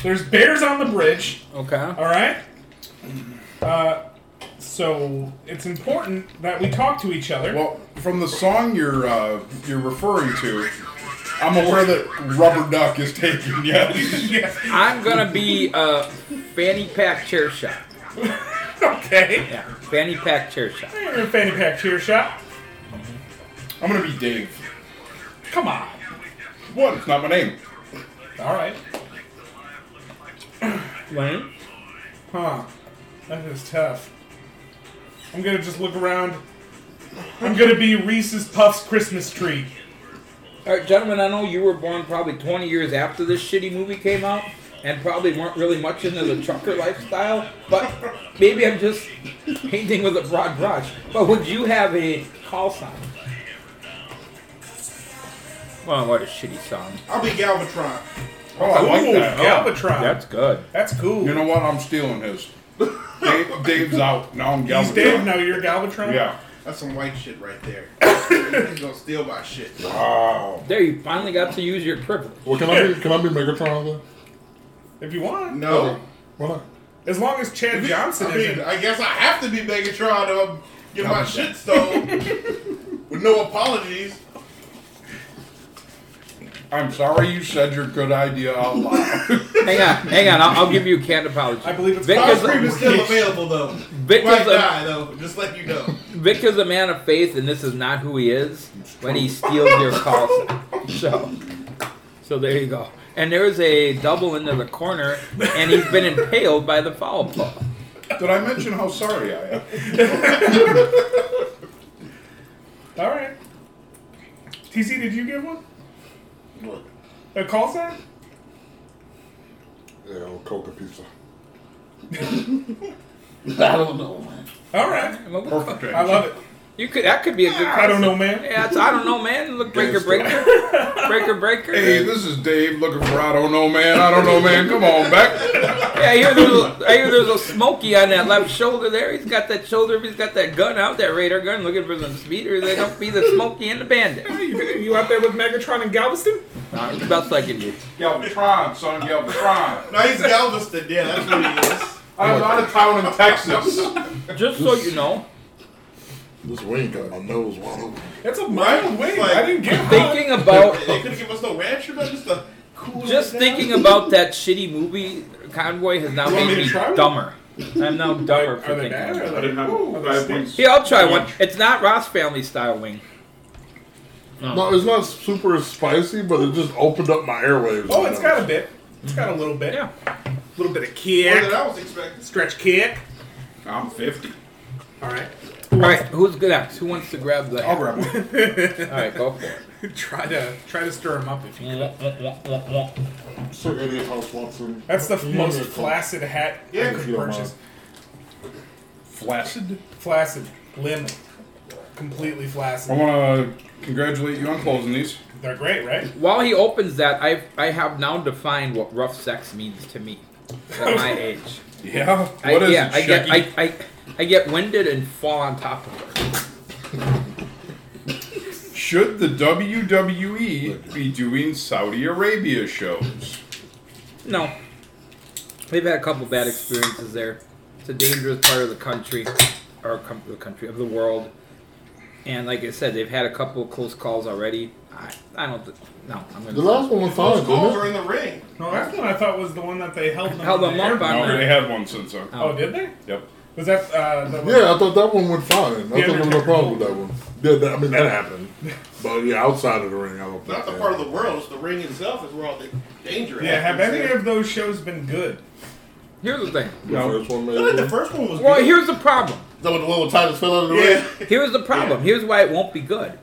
Speaker 4: There's bears on the bridge.
Speaker 3: Okay.
Speaker 4: All right. Uh, so it's important that we talk to each other.
Speaker 2: well, from the song you're uh, you're referring to, I'm aware that Rubber Duck is taken. Yes.
Speaker 4: yes.
Speaker 3: I'm gonna be uh, fanny pack chair shot.
Speaker 4: [LAUGHS] Okay.
Speaker 3: Yeah, fanny pack chair shot.
Speaker 4: Fanny pack cheer shot.
Speaker 2: [LAUGHS] I'm gonna be Dave.
Speaker 4: Come on.
Speaker 2: What? It's not my name.
Speaker 4: All right.
Speaker 3: Wayne?
Speaker 4: Huh. That is tough. I'm gonna just look around. I'm gonna be Reese's Puffs Christmas tree.
Speaker 3: All right, gentlemen. I know you were born probably 20 years after this shitty movie came out, and probably weren't really much into the trucker lifestyle. But maybe I'm just painting with a broad brush. But would you have a call sign? Well, what a shitty song.
Speaker 5: I'll be Galvatron.
Speaker 2: Oh, I like that. Oh.
Speaker 4: Galvatron.
Speaker 3: That's good.
Speaker 4: That's cool.
Speaker 2: You know what? I'm stealing his. Dave, Dave's out. Now I'm
Speaker 4: He's dead.
Speaker 2: Galvatron.
Speaker 4: Now you're Galvatron.
Speaker 2: Yeah.
Speaker 5: That's some white shit right there. He's gonna steal my shit.
Speaker 2: Wow.
Speaker 3: There, you finally got to use your privilege.
Speaker 1: Well, can I be can I be Megatron then?
Speaker 4: If you want.
Speaker 5: No.
Speaker 1: Why not?
Speaker 4: As long as Chad Johnson
Speaker 5: I
Speaker 4: is.
Speaker 5: mean,
Speaker 4: not
Speaker 5: I guess I have to be Megatron to um, get my shit stolen with no apologies.
Speaker 2: I'm sorry you said your good idea out loud.
Speaker 3: Hang on, hang on. I'll, I'll give you a canned apology.
Speaker 4: I believe it's
Speaker 3: Vic
Speaker 5: Ice
Speaker 3: is,
Speaker 5: cream is still available though.
Speaker 3: Vic
Speaker 5: Might
Speaker 3: is a-
Speaker 5: die though. Just let you know.
Speaker 3: Vic is a man of faith, and this is not who he is when he steals your call sign. So, so there you go. And there is a double into the corner, and he's been impaled by the foul pole.
Speaker 2: Did I mention how sorry I am?
Speaker 4: All right. TC, did you get one?
Speaker 6: Look,
Speaker 4: A call sign?
Speaker 1: Yeah, or Coca Pizza.
Speaker 6: [LAUGHS] I don't know, man.
Speaker 4: All right.
Speaker 2: Perfect.
Speaker 4: I love it.
Speaker 3: You could that could be a good.
Speaker 4: I don't know, man.
Speaker 3: Yeah, it's, I don't know, man. Look, breaker, breaker, breaker, breaker.
Speaker 2: Hey, this is Dave looking for I don't know, man. I don't know, man. Come on back.
Speaker 3: Yeah, I hear there's a, I hear there's a smoky on that left shoulder there. He's got that shoulder. He's got that gun out, that radar gun, looking for some speeders. They don't be the smoky and the bandit.
Speaker 4: You, you out there with Megatron and Galveston?
Speaker 3: That's the best I can do.
Speaker 2: Galvatron, son, Galvatron.
Speaker 5: Now he's Galveston. Yeah, that's what he is.
Speaker 2: I'm out of town in Texas.
Speaker 3: Just so you know,
Speaker 1: This wing got my nose wide open.
Speaker 4: That's a mild wing. I didn't get one.
Speaker 3: thinking about
Speaker 5: They couldn't give us no ranch or nothing. Just a cool.
Speaker 3: Just
Speaker 5: down.
Speaker 3: thinking about that shitty movie Convoy has now
Speaker 4: want
Speaker 3: made
Speaker 4: me to
Speaker 3: me
Speaker 4: try one?
Speaker 3: dumber. I'm now dumber for
Speaker 4: Are they
Speaker 3: thinking.
Speaker 4: bad?
Speaker 3: about
Speaker 4: Or
Speaker 3: it.
Speaker 4: are they
Speaker 2: I have one.
Speaker 3: Here, I'll try one. It's not Ross Family style wing.
Speaker 1: [LAUGHS] No, it's not super spicy, but it just opened up my airwaves.
Speaker 4: Oh, it's got a bit. It's got a little bit.
Speaker 3: Yeah.
Speaker 4: A little bit of
Speaker 5: More than
Speaker 4: kick.
Speaker 5: I was expecting.
Speaker 4: Stretch kick.
Speaker 2: I'm 50.
Speaker 4: All right. [LAUGHS]
Speaker 3: All right, who's good next? Who wants to grab the?
Speaker 2: I'll
Speaker 3: All
Speaker 2: grab one.
Speaker 3: right, go for it.
Speaker 4: try to try to stir him up if you.
Speaker 1: Sir Eddie House Watson.
Speaker 4: That's the
Speaker 1: You
Speaker 4: most
Speaker 1: need to-
Speaker 4: flaccid hat
Speaker 5: Yeah,
Speaker 4: I
Speaker 1: if
Speaker 4: could
Speaker 1: you don't
Speaker 4: purchase.
Speaker 2: Flaccid.
Speaker 4: Flaccid, limb, completely
Speaker 2: I
Speaker 4: flaccid.
Speaker 2: want to congratulate you on closing these.
Speaker 4: They're great, right?
Speaker 3: While he opens that, I I have now defined what rough sex means to me
Speaker 2: [LAUGHS]
Speaker 3: at my age.
Speaker 2: Yeah.
Speaker 3: I,
Speaker 2: What is
Speaker 3: yeah,
Speaker 2: it,
Speaker 3: I get
Speaker 2: Shecky?
Speaker 3: I, I I get winded and fall on top of her.
Speaker 2: Should the WWE be doing Saudi Arabia shows?
Speaker 3: No. They've had a couple bad experiences there. It's a dangerous part of the country, or com- the country of the world. And like I said, they've had a couple close calls already. I, I don't. Th- no, I'm gonna.
Speaker 1: The last one was fine,
Speaker 5: Those calls
Speaker 1: didn't
Speaker 5: are
Speaker 1: it?
Speaker 5: in the ring.
Speaker 4: No, last one I thought was the one that they held them
Speaker 3: Held
Speaker 4: in
Speaker 3: them up
Speaker 4: the air.
Speaker 3: on-
Speaker 2: No, they had one since then.
Speaker 4: Oh, did they?
Speaker 2: Yep.
Speaker 4: Was that uh, the
Speaker 1: Yeah, I thought that one went fine. I
Speaker 4: Yeah,
Speaker 1: thought there was no
Speaker 4: they're
Speaker 1: problem with that one. Yeah, that, I mean that happened, but yeah, outside of the ring, I don't think.
Speaker 5: Not the
Speaker 1: that
Speaker 5: part of the
Speaker 1: happened.
Speaker 5: world. It's the ring itself is where all the danger.
Speaker 4: Yeah, have
Speaker 5: happens.
Speaker 4: any of those shows been good?
Speaker 3: Here's the thing.
Speaker 1: The first one
Speaker 5: I think
Speaker 1: made
Speaker 5: the
Speaker 1: it.
Speaker 5: first one was.
Speaker 3: Well,
Speaker 5: good.
Speaker 3: here's the problem.
Speaker 6: The one with Titus fell out of the ring.
Speaker 5: Yeah.
Speaker 3: Here's the problem. Here's why it won't be good.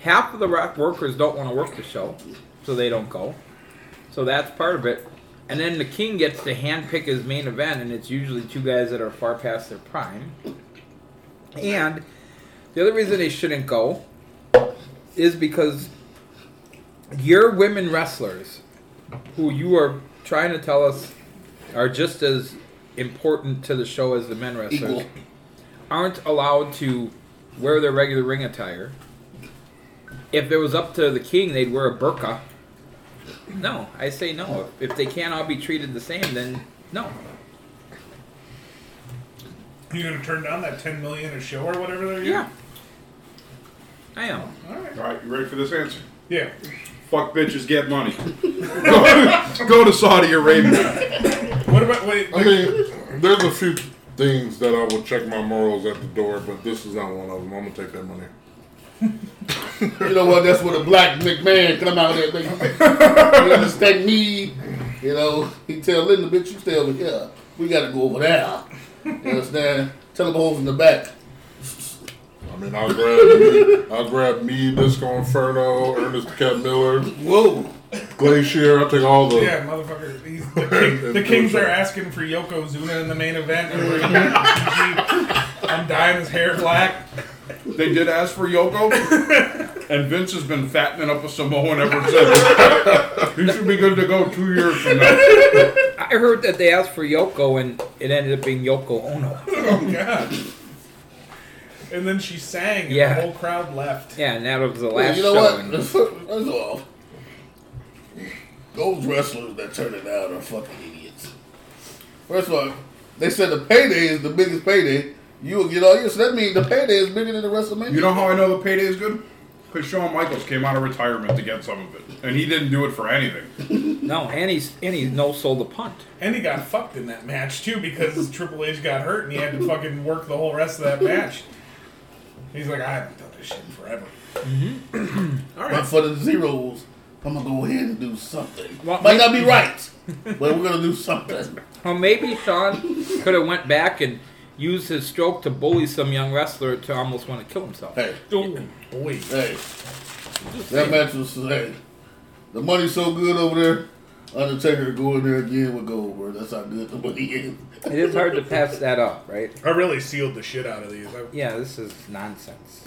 Speaker 3: Half of the rock workers don't want to work the show, so they don't go. So that's part of it. And then the king gets to handpick his main event, and it's usually two guys that are far past their prime. And the other reason they shouldn't go is because your women wrestlers, who you are trying to tell us are just as important to the show as the men wrestlers
Speaker 6: Equal.
Speaker 3: aren't allowed to wear their regular ring attire. If it was up to the king, they'd wear a burqa. No, I say no. If they can't all be treated the same, then no.
Speaker 4: You gonna turn down that ten million a show or whatever they're
Speaker 3: Yeah. I am.
Speaker 4: getting? All right.
Speaker 2: All right, you ready for this answer?
Speaker 4: Yeah.
Speaker 2: Fuck bitches, get money. [LAUGHS] Go to Saudi Arabia.
Speaker 4: What about wait?
Speaker 1: I mean, there's a few things that I would check my morals at the door, but this is not one of them. I'm gonna take that money.
Speaker 6: You know what? That's where the black McMahon come out there. They, you understand me? You know, he tell Linda, bitch, you stay over here. We got to go over there. You understand? Tell them holes in the back.
Speaker 1: I mean, I'll grab, I'll grab me, Disco Inferno, Ernest the Cat Miller,
Speaker 6: Whoa.
Speaker 1: Glacier. I'll take all the.
Speaker 4: Yeah, motherfucker. He's the, king, the kings are asking for Yokozuna in the main event. And we're here. I'm dyeing his hair black. [LAUGHS]
Speaker 2: They did ask for Yoko, and Vince has been fattening up a Samoan ever since. [LAUGHS] he should be good to go two years from now.
Speaker 3: I heard that they asked for Yoko, and it ended up being Yoko Ono.
Speaker 4: Oh god. And then she sang, and
Speaker 3: Yeah.
Speaker 4: the whole crowd left.
Speaker 3: Yeah, and that was the
Speaker 6: Well,
Speaker 3: last
Speaker 6: you know
Speaker 3: show.
Speaker 6: what? [LAUGHS]
Speaker 3: and-
Speaker 6: First of all, those wrestlers that turn it down are fucking idiots. First of all, they said the payday is the biggest payday. You will get all your. So that means the payday is bigger than the WrestleMania.
Speaker 2: You know how I know the payday is good? Because Shawn Michaels came out of retirement to get some of it, and he didn't do it for anything.
Speaker 3: No, and he's and he's no sold the punt.
Speaker 4: And he got fucked in that match too because Triple H got hurt and he had to fucking work the whole rest of that match. He's like, I haven't done this shit in forever.
Speaker 6: But for the zeros, I'm gonna go ahead and do something.
Speaker 3: Well,
Speaker 6: Might not be right, but we're gonna do something.
Speaker 3: Well, maybe Sean could have went back and used his stroke to bully some young wrestler to almost want to kill himself.
Speaker 6: Hey,
Speaker 4: Oh boy.
Speaker 6: hey, that match was hey. The money's so good over there. Undertaker go in there again with Goldberg. That's how good the money is.
Speaker 3: It is hard to pass that up, right?
Speaker 4: I really sealed the shit out of these. I-
Speaker 3: Yeah, this is nonsense.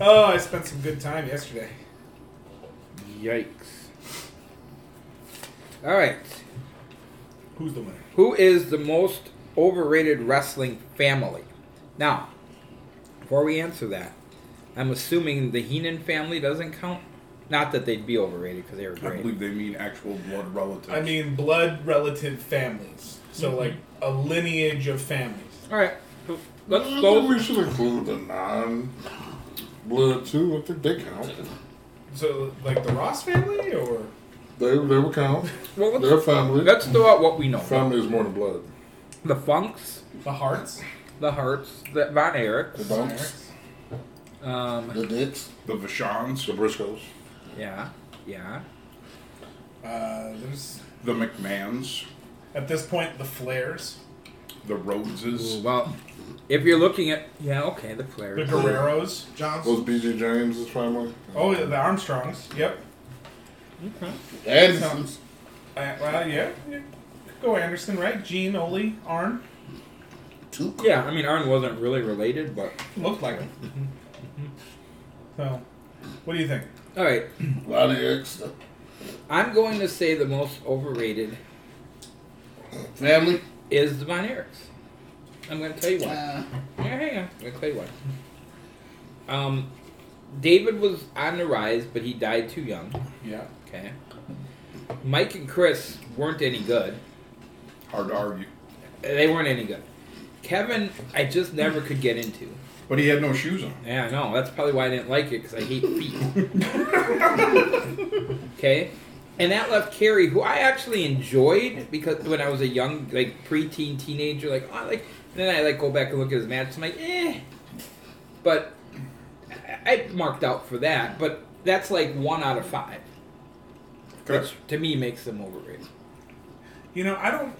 Speaker 4: Oh, I spent some good time yesterday.
Speaker 3: Yikes. All right.
Speaker 4: Who's the winner?
Speaker 3: Who is the most overrated wrestling family? Now, before we answer that, I'm assuming the Heenan family doesn't count. Not that they'd be overrated because they were
Speaker 2: I
Speaker 3: great.
Speaker 2: believe they mean actual blood relatives.
Speaker 4: I mean, blood relative families. So, like, a lineage of families.
Speaker 3: All right. Let's
Speaker 1: I
Speaker 3: go.
Speaker 1: think we should include the non blood too. I think they count.
Speaker 4: So, like, the Ross family or.
Speaker 1: They they would count.
Speaker 3: Well, let's-
Speaker 1: Their family.
Speaker 3: Let's throw out what we know.
Speaker 1: family is more than blood.
Speaker 3: The Funks,
Speaker 4: The Hearts?
Speaker 3: the Hurts, the Von
Speaker 1: The
Speaker 3: Erichs.
Speaker 1: Bunks,
Speaker 3: Um,
Speaker 6: The dicks.
Speaker 2: the Vashans,
Speaker 1: the Briscoes.
Speaker 3: yeah, yeah.
Speaker 4: Uh, there's,
Speaker 2: the McMahons,
Speaker 4: at this point, the Flares,
Speaker 2: the Rhodeses.
Speaker 1: Mm.
Speaker 3: Well, if you're looking at yeah, okay, the
Speaker 4: the
Speaker 3: Flares.
Speaker 4: Guerreros.
Speaker 5: Johnson.
Speaker 1: Those BJ James' family.
Speaker 4: Oh, yeah, the Armstrongs. Yep.
Speaker 6: Andersons.
Speaker 4: Uh, well, yeah. yeah. Go Anderson, right? Gene, Ole, Arn.
Speaker 6: Two.
Speaker 3: Yeah, I mean Arn wasn't really related, but
Speaker 4: Looked like him. so, what do you think?
Speaker 3: all right.
Speaker 6: Ronnie Erickson.
Speaker 3: I'm going to say the most overrated
Speaker 6: Family.
Speaker 3: is the Von Erichs. I'm going to tell you why.
Speaker 6: Uh,
Speaker 3: Yeah, hang on. I'm going to tell you why. Um, David was on the rise, but he died too young.
Speaker 2: Yeah.
Speaker 3: Okay. Mike and Chris weren't any good.
Speaker 2: Hard to argue.
Speaker 3: They weren't any good. Kevin, I just never could get into.
Speaker 2: But he had no shoes on.
Speaker 3: Yeah, I know. That's probably why I didn't like it because I hate feet. okay, and that left Carrie, who I actually enjoyed because when I was a young, like preteen teenager, like oh, I like. And then I like go back and look at his match. I'm like, eh, but I, I marked out for that. But that's like one out of five, which
Speaker 2: Correct.
Speaker 3: to me makes them overrated.
Speaker 4: You know, I don't.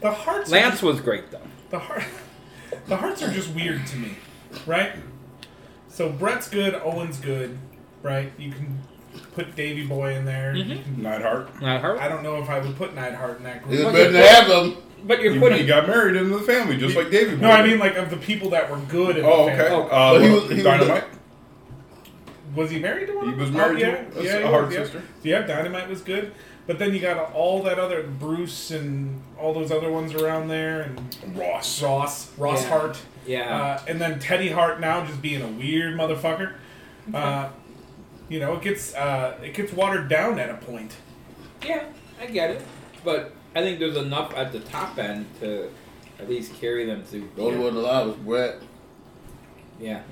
Speaker 4: The hearts. are
Speaker 3: Lance was great though.
Speaker 4: The heart, the hearts are just weird to me, right? So Brett's good, Owen's good, right? You can put Davy Boy in there. You
Speaker 2: Mm-hmm.
Speaker 4: can-
Speaker 2: Neidhart.
Speaker 3: Not her,
Speaker 4: I don't know if I would put Neidhart in that
Speaker 6: It's
Speaker 4: group.
Speaker 3: Look
Speaker 6: better
Speaker 3: at
Speaker 6: to have them.
Speaker 3: but you're
Speaker 2: He,
Speaker 3: putting
Speaker 2: he got married into the family, just like David.
Speaker 4: No, I mean like of the people that were good. In
Speaker 2: Oh,
Speaker 4: the
Speaker 2: okay.
Speaker 4: family.
Speaker 3: Oh.
Speaker 2: Uh,
Speaker 6: But he
Speaker 2: well,
Speaker 6: was- he was-
Speaker 2: Dynamite.
Speaker 4: Was he married to one?
Speaker 2: He
Speaker 4: of
Speaker 2: was
Speaker 4: them?
Speaker 2: married to
Speaker 4: Oh, yeah,
Speaker 2: a-
Speaker 4: yeah,
Speaker 2: a
Speaker 4: yeah,
Speaker 2: hard
Speaker 4: yeah.
Speaker 2: sister.
Speaker 4: Yeah, Dynamite was good, but then you got all that other Bruce and all those other ones around there, and
Speaker 2: Ross.
Speaker 4: Ross, Ross
Speaker 3: Yeah.
Speaker 4: Hart,
Speaker 3: Yeah.
Speaker 4: uh, and then Teddy Hart now just being a weird motherfucker. Uh, you know, it gets uh, it gets watered down at a point.
Speaker 3: Yeah, I get it. But I think there's enough at the top end to at least carry them through.
Speaker 6: The only one alive was Brett.
Speaker 3: Yeah.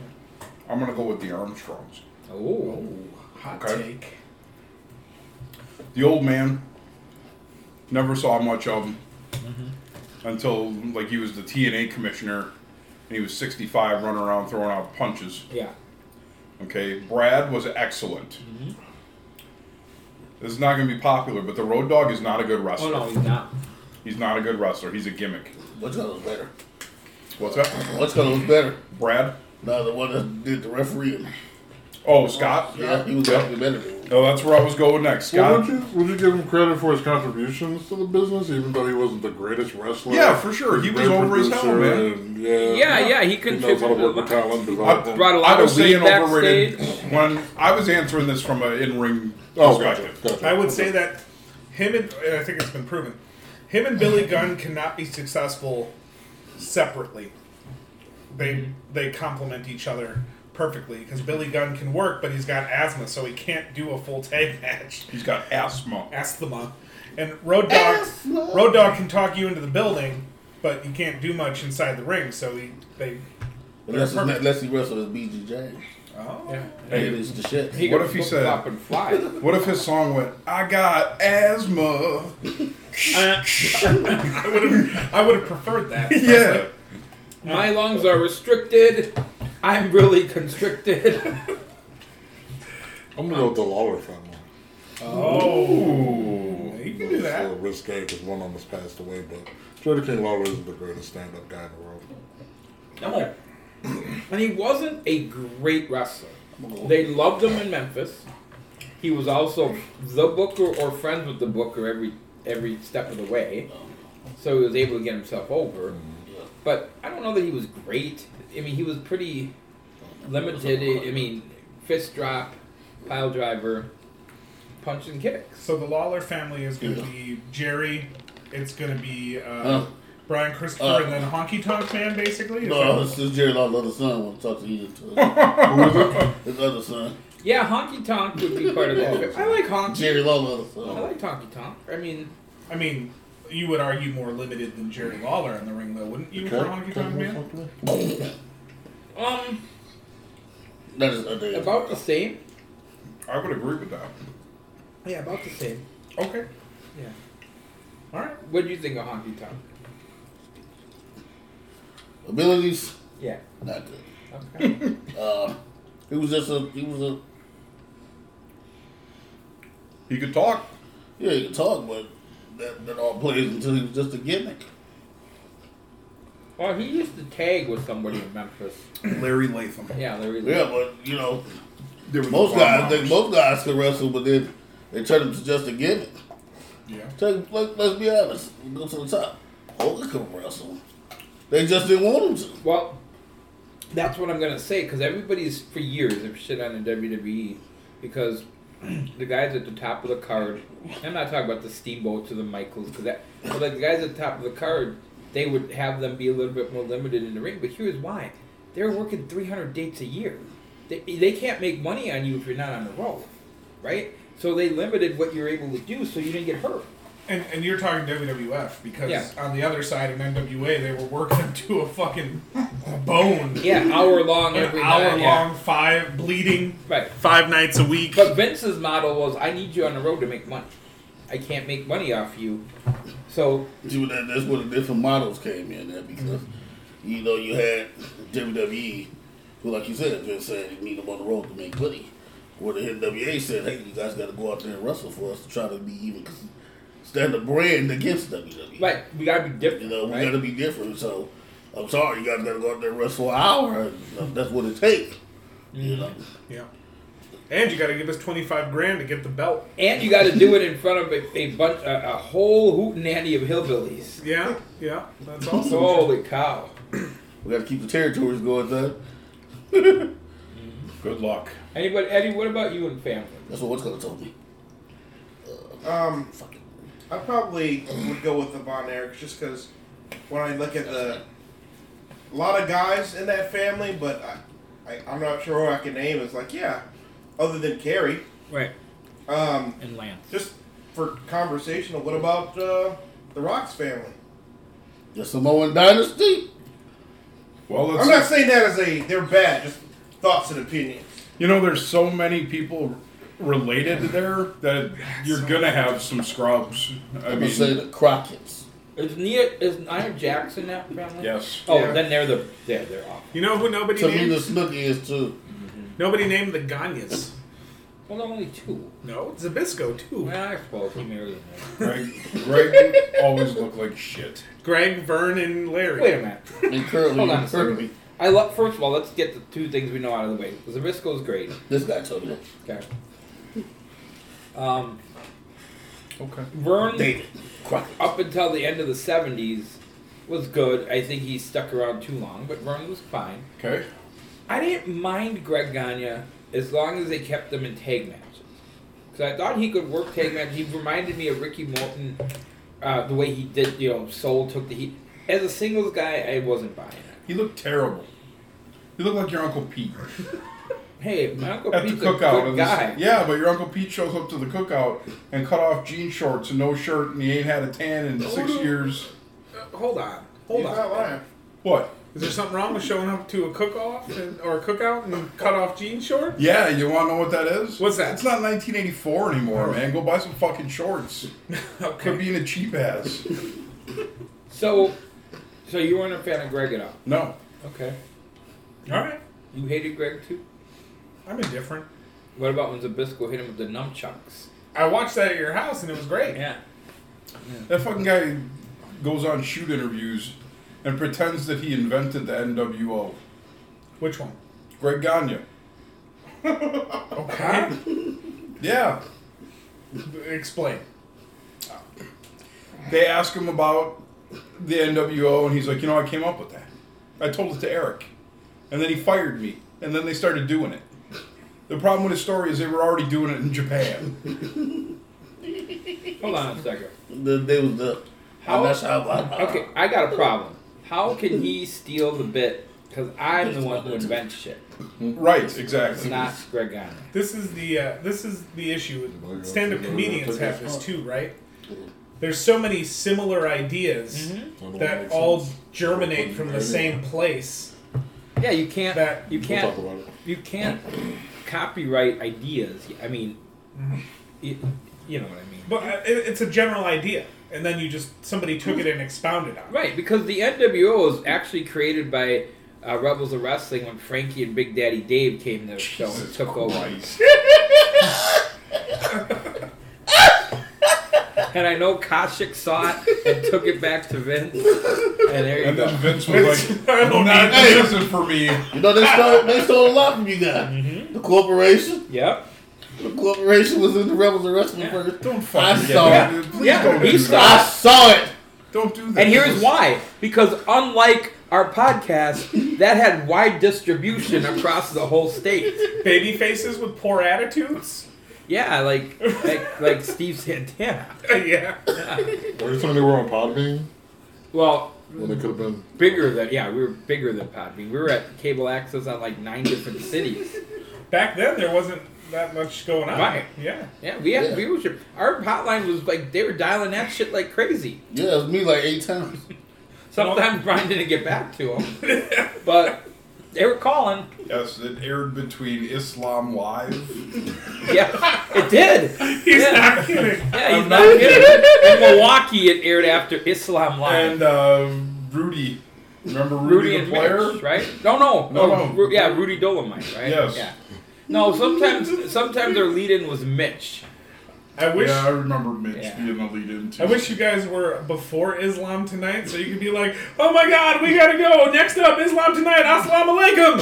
Speaker 2: I'm gonna go with the Armstrongs.
Speaker 3: Oh.
Speaker 4: Hot
Speaker 2: Okay.
Speaker 4: take.
Speaker 2: The old man. Never saw much of him until like he was the TNA commissioner, and he was 65, running around throwing out punches.
Speaker 3: Yeah.
Speaker 2: Okay, Brad was excellent. This is not going to be popular, but the Road Dog is not a good
Speaker 3: Oh
Speaker 2: wrestler.
Speaker 3: no, he's not.
Speaker 2: He's not a good wrestler. He's a gimmick.
Speaker 6: Which one was better?
Speaker 2: What's that?
Speaker 6: Which one was better?
Speaker 2: Brad?
Speaker 6: No, the one that did the referee.
Speaker 2: Oh, Scott?
Speaker 6: Yeah, he was actually better than him.
Speaker 2: Oh, that's where I was going next.
Speaker 1: Well,
Speaker 2: Scott?
Speaker 1: would you would you give him credit for his contributions to the business, even though he wasn't the greatest wrestler?
Speaker 2: Yeah, for sure. He was
Speaker 1: Great
Speaker 2: over his hell,
Speaker 1: producer,
Speaker 2: man.
Speaker 1: and, yeah,
Speaker 3: Yeah, yeah, he
Speaker 1: He knows how
Speaker 3: contributed
Speaker 1: to
Speaker 3: a lot.
Speaker 1: work with talent.
Speaker 2: I,
Speaker 1: Develop them.
Speaker 3: Brought a lot
Speaker 2: I was
Speaker 3: of weight
Speaker 2: saying overrated when I was answering this from an in-ring
Speaker 1: Oh, gotcha,
Speaker 2: perspective.
Speaker 1: gotcha.
Speaker 4: I would say that him and, and I think it's been proven, him
Speaker 3: [LAUGHS]
Speaker 4: and Billy Gunn cannot be successful separately.
Speaker 3: Mm-hmm.
Speaker 4: They they complement each other perfectly because Billy Gunn can work, but he's got asthma, so he can't do a full [LAUGHS] tag match.
Speaker 2: He's got asthma.
Speaker 4: Asthma, and Road Dog Road Dog can talk you into the building, but he can't do much inside the ring. So he they
Speaker 6: Unless, it's not, unless he wrestled as BG James.
Speaker 4: oh
Speaker 6: Hey. He's the shit.
Speaker 3: He
Speaker 2: What
Speaker 3: could
Speaker 2: if he
Speaker 3: flip,
Speaker 2: said-
Speaker 3: flop, and [LAUGHS] fly?
Speaker 2: What if his song went, I got asthma? [LAUGHS]
Speaker 4: I would have I would have preferred that.
Speaker 2: Yeah.
Speaker 3: My lungs are restricted. I'm really constricted. [LAUGHS]
Speaker 1: I'm gonna go with the Lawler family.
Speaker 4: Oh,
Speaker 2: Ooh.
Speaker 4: you can do
Speaker 1: It's a
Speaker 4: that.
Speaker 1: little risque because one almost passed away, but Trader King Lawler isn't the greatest stand-up guy in the world.
Speaker 3: No. And he wasn't a great wrestler. They loved him in Memphis. He was also the booker or friends with the booker every every step of the way. So he was able to get himself over. But I don't know that he was great. I mean, he was pretty limited. I mean, fist drop, pile driver, punch and kicks.
Speaker 4: So the Lawler family is going to be Jerry. It's going to be uh,
Speaker 6: Huh?
Speaker 4: Brian Christopher,
Speaker 6: Uh.
Speaker 4: and then Honky Tonk Man, basically. Is
Speaker 6: No,
Speaker 4: that-
Speaker 6: this is Jerry Lawler's other son. I want to talk to you. to- His other son.
Speaker 3: Yeah, Honky Tonk would be part of that. [LAUGHS] I like Honky.
Speaker 6: Jerry Lawler's other
Speaker 3: I
Speaker 6: son.
Speaker 3: like Honky Tonk. I mean,
Speaker 4: I mean, you would argue more limited than Jerry Lawler in the ring, though, wouldn't you, for Honky Tonk Man?
Speaker 3: um,
Speaker 6: That is other
Speaker 3: about the same.
Speaker 2: I would agree with that.
Speaker 3: Yeah, about the same.
Speaker 4: Okay.
Speaker 3: Yeah.
Speaker 4: All right.
Speaker 3: What do you think of Honky Tonk?
Speaker 6: abilities.
Speaker 3: Yeah.
Speaker 6: Not good.
Speaker 3: Okay. [LAUGHS]
Speaker 6: Uh, he was just a. He was a.
Speaker 2: He could talk.
Speaker 6: Yeah, he could talk, but that, that all plays until he was just a gimmick.
Speaker 3: well, he used to tag with somebody in Memphis.
Speaker 2: Larry Latham.
Speaker 3: Yeah, there is.
Speaker 6: Yeah, but you know,
Speaker 2: There was
Speaker 6: most
Speaker 2: the
Speaker 6: guys, they,
Speaker 2: Bombers.
Speaker 6: most guys could wrestle, but then they turn him to just a gimmick.
Speaker 4: Yeah.
Speaker 6: Take, let, let's be honest. Go to the top. Hogan could wrestle. They just didn't want him to.
Speaker 3: Well, that's what I'm gonna say because everybody's for years have shit on the WWE because [CLEARS THROAT] the guys at the top of the card. I'm not talking about the Steamboats or the Michaels because that, but like the guys at the top of the card, they would have them be a little bit more limited in the ring. But here's why: they're working 300 dates a year. they, they can't make money on you if you're not on the road, right? So they limited what you're able to do, so you didn't get hurt.
Speaker 4: And, and you're talking WWF because
Speaker 3: Yeah.
Speaker 4: on the other side in NWA they were working [LAUGHS] them to a fucking bone,
Speaker 3: Yeah, hour long
Speaker 4: an
Speaker 3: every
Speaker 4: hour
Speaker 3: night,
Speaker 4: long,
Speaker 3: yeah.
Speaker 4: five bleeding,
Speaker 3: Right.
Speaker 4: five nights a week.
Speaker 3: But Vince's model was, I need you on the road to make money. I can't make money off you. So
Speaker 6: See, well, that, that's where the different models came in there because, you know, you had WWE, who, like you said, Vince said, you need them on the road to make money. Where the NWA said, hey, you guys got to go out there and wrestle for us to try to be even, stand a brand against WWE.
Speaker 3: right, we gotta be different.
Speaker 6: You know, we
Speaker 3: right?
Speaker 6: got to be different. So, I'm sorry, you guys got to go out there and wrestle an hour. and, uh, That's what it takes.
Speaker 3: Mm-hmm.
Speaker 6: You know,
Speaker 4: yeah. And you got to give us twenty five grand to get the belt.
Speaker 3: and you gotta do it in front of a, a bunch, a, a whole hoot and nanny of hillbillies.
Speaker 4: Yeah, yeah. That's also
Speaker 3: Holy cow!
Speaker 6: we got to keep the territories going, though.
Speaker 2: Good luck.
Speaker 3: Anybody, Eddie? What about you and family?
Speaker 6: [LAUGHS] That's what what's going to tell me.
Speaker 5: Um,
Speaker 6: Fuck it.
Speaker 5: I probably would go with the Von Erichs just because when I look at the a lot of guys in that family, but I, I I'm not sure who I can name. It's like yeah, other than Kerry.
Speaker 3: Right,
Speaker 5: Um,
Speaker 3: and Lance.
Speaker 5: just for conversational, what about uh, the Rocks family?
Speaker 6: The Samoan dynasty.
Speaker 2: Well, let's
Speaker 5: I'm not saying that as a they're bad, just thoughts and opinions.
Speaker 2: You know, there's so many people related there that you're gonna have some scrubs. I mean,
Speaker 6: I'm gonna say the Crockett's.
Speaker 3: Is Nia, is Nia Jackson that family?
Speaker 2: yes.
Speaker 3: Oh,
Speaker 4: Yeah.
Speaker 3: then they're the yeah, they're off.
Speaker 4: You know who nobody
Speaker 6: Tamina
Speaker 4: named?
Speaker 6: Snooki is too.
Speaker 4: Nobody named the Ganyas.
Speaker 3: Well, only two.
Speaker 4: No, Zabisco too.
Speaker 3: Well, I suppose he married. them.
Speaker 2: Greg, Greg always looked like shit.
Speaker 4: Greg, Vern, and Larry.
Speaker 3: Wait a minute.
Speaker 6: And currently,
Speaker 3: Hold on a second.
Speaker 6: currently,
Speaker 3: I love. First of all, let's get the two things we know out of the way. Zabisco's great.
Speaker 6: this guy told me.
Speaker 3: Okay. Um,
Speaker 2: Okay.
Speaker 3: Vern.
Speaker 6: David Crockett.
Speaker 3: up until the end of the 70s was good. I think he stuck around too long, but Vern was fine.
Speaker 2: Okay.
Speaker 3: I didn't mind Greg Gagne as long as they kept him in tag matches. Because I thought he could work tag matches. He reminded me of Ricky Morton, uh, the way he did, you know, Soul took the heat. As a singles guy, I wasn't buying it.
Speaker 2: He looked terrible. He looked like your uncle
Speaker 4: [LAUGHS]
Speaker 2: Pete
Speaker 3: Hey, my Uncle
Speaker 2: at the
Speaker 3: Pete's a
Speaker 2: cookout.
Speaker 3: good
Speaker 2: of this-
Speaker 3: guy.
Speaker 2: yeah, but your uncle Pete shows up to the cookout and cut off jean shorts and no shirt, and he ain't had a tan in six years.
Speaker 4: Hold on. Hold
Speaker 5: He's
Speaker 4: on.
Speaker 5: not lying.
Speaker 2: What?
Speaker 4: Is there something wrong with showing up to a cook-off and, or a cookout and cut off jean shorts?
Speaker 2: Yeah, you want to know what that is?
Speaker 4: What's that? Oh.
Speaker 2: It's not 1984 anymore, man. Go buy some fucking shorts. Quit
Speaker 4: Okay.
Speaker 2: being a cheap ass.
Speaker 3: [LAUGHS] So, so you weren't a fan of Greg at all?
Speaker 2: No.
Speaker 3: Okay.
Speaker 4: All right.
Speaker 3: You hated Greg too?
Speaker 4: I'm indifferent.
Speaker 3: What about when Zabisco hit him with the nunchucks?
Speaker 4: I watched that at your house and it was great.
Speaker 3: Yeah.
Speaker 2: That fucking guy goes on shoot interviews and pretends that he invented the NWO.
Speaker 4: Which one?
Speaker 2: Greg Gagne. [LAUGHS]
Speaker 4: Okay.
Speaker 2: Yeah.
Speaker 4: Explain.
Speaker 2: They ask him about the NWO, and he's like, you know, I came up with that. I told it to Eric. And then he fired me. And then they started doing it. The problem with his story is they were already doing it in Japan.
Speaker 3: Hold on a second.
Speaker 6: The, they was the.
Speaker 3: How-
Speaker 6: How? That's how. I, I,
Speaker 3: Okay, I got a problem. How can he steal the bit? Because I'm the one who invents shit,
Speaker 2: right,
Speaker 3: It's
Speaker 2: exactly.
Speaker 3: not Greg Gagne.
Speaker 4: This is the uh, this is the issue. Stand-up comedians have
Speaker 3: Oh.
Speaker 4: this too, right? There's so many similar ideas
Speaker 3: Mm-hmm.
Speaker 4: that all germinate from the same place.
Speaker 3: Yeah, you can't.
Speaker 4: That-
Speaker 3: You
Speaker 1: We'll talk
Speaker 3: can't.
Speaker 1: about it.
Speaker 3: You can't copyright ideas. I mean, you, you know what I mean.
Speaker 4: But uh, it, it's a general idea, and then you just somebody took it and expounded on. it.
Speaker 3: Right, because the NWO was actually created by uh, Rebels of Wrestling when Frankie and Big Daddy Dave came to the show and took over. And I know Koshik saw
Speaker 2: [LAUGHS]
Speaker 3: it and took it back to Vince. And there you
Speaker 2: And
Speaker 3: go.
Speaker 2: then Vince was like,
Speaker 4: [LAUGHS] I don't
Speaker 2: not,
Speaker 4: need-
Speaker 2: this isn't for me.
Speaker 6: You know they stole they stole a lot from you guys.
Speaker 3: Mm-hmm.
Speaker 6: The corporation,
Speaker 3: Yep.
Speaker 6: the corporation was in the Rebels of Wrestling
Speaker 3: Yeah.
Speaker 6: first.
Speaker 2: Don't
Speaker 6: I
Speaker 2: fucking
Speaker 6: saw
Speaker 2: get
Speaker 6: it.
Speaker 2: it. Please
Speaker 3: Yeah,
Speaker 2: don't
Speaker 3: he
Speaker 2: do
Speaker 3: saw
Speaker 2: that.
Speaker 6: I saw it.
Speaker 2: Don't do that.
Speaker 3: And here's why. Because unlike our podcast, that had wide distribution across the whole state.
Speaker 4: Baby faces with poor attitudes. [LAUGHS]
Speaker 3: Yeah, like like, like Steve Santana.
Speaker 4: yeah.
Speaker 1: Were you telling me we're on Podbean?
Speaker 3: Well,
Speaker 1: When it could have been.
Speaker 3: bigger than yeah, we were bigger than Podbean. We were at cable access on like nine different cities.
Speaker 4: Back then, there wasn't that much going on.
Speaker 3: Right.
Speaker 4: Yeah.
Speaker 3: Yeah, we had
Speaker 6: Yeah.
Speaker 3: we were sh- our hotline was like they were dialing that shit like crazy.
Speaker 6: Yeah, it was me like
Speaker 3: [LAUGHS]
Speaker 6: eight times.
Speaker 3: Sometimes Brian didn't get back to them,
Speaker 2: [LAUGHS]
Speaker 3: but they were calling.
Speaker 2: Yes, it aired between Islam Live.
Speaker 3: Yeah, it did.
Speaker 4: He's [LAUGHS]
Speaker 3: yeah.
Speaker 4: not kidding.
Speaker 3: Yeah, he's not kidding. In Milwaukee, it aired after Islam Live.
Speaker 2: And uh, Rudy. Remember Rudy,
Speaker 3: Rudy
Speaker 2: the
Speaker 3: and
Speaker 2: player?
Speaker 3: Mitch, right? No, no,
Speaker 2: No,
Speaker 3: no.
Speaker 2: no.
Speaker 3: Ru- yeah, Rudy Dolomite, right?
Speaker 2: Yes.
Speaker 3: Yeah. No, sometimes sometimes their lead-in was Mitch.
Speaker 4: I wish.
Speaker 2: yeah, I remember Mitch
Speaker 3: Yeah.
Speaker 2: being the lead in too.
Speaker 4: I wish you guys were before Islam tonight, so you could be like, "Oh my God, we gotta go! Next up, Islam tonight. Assalamu alaikum."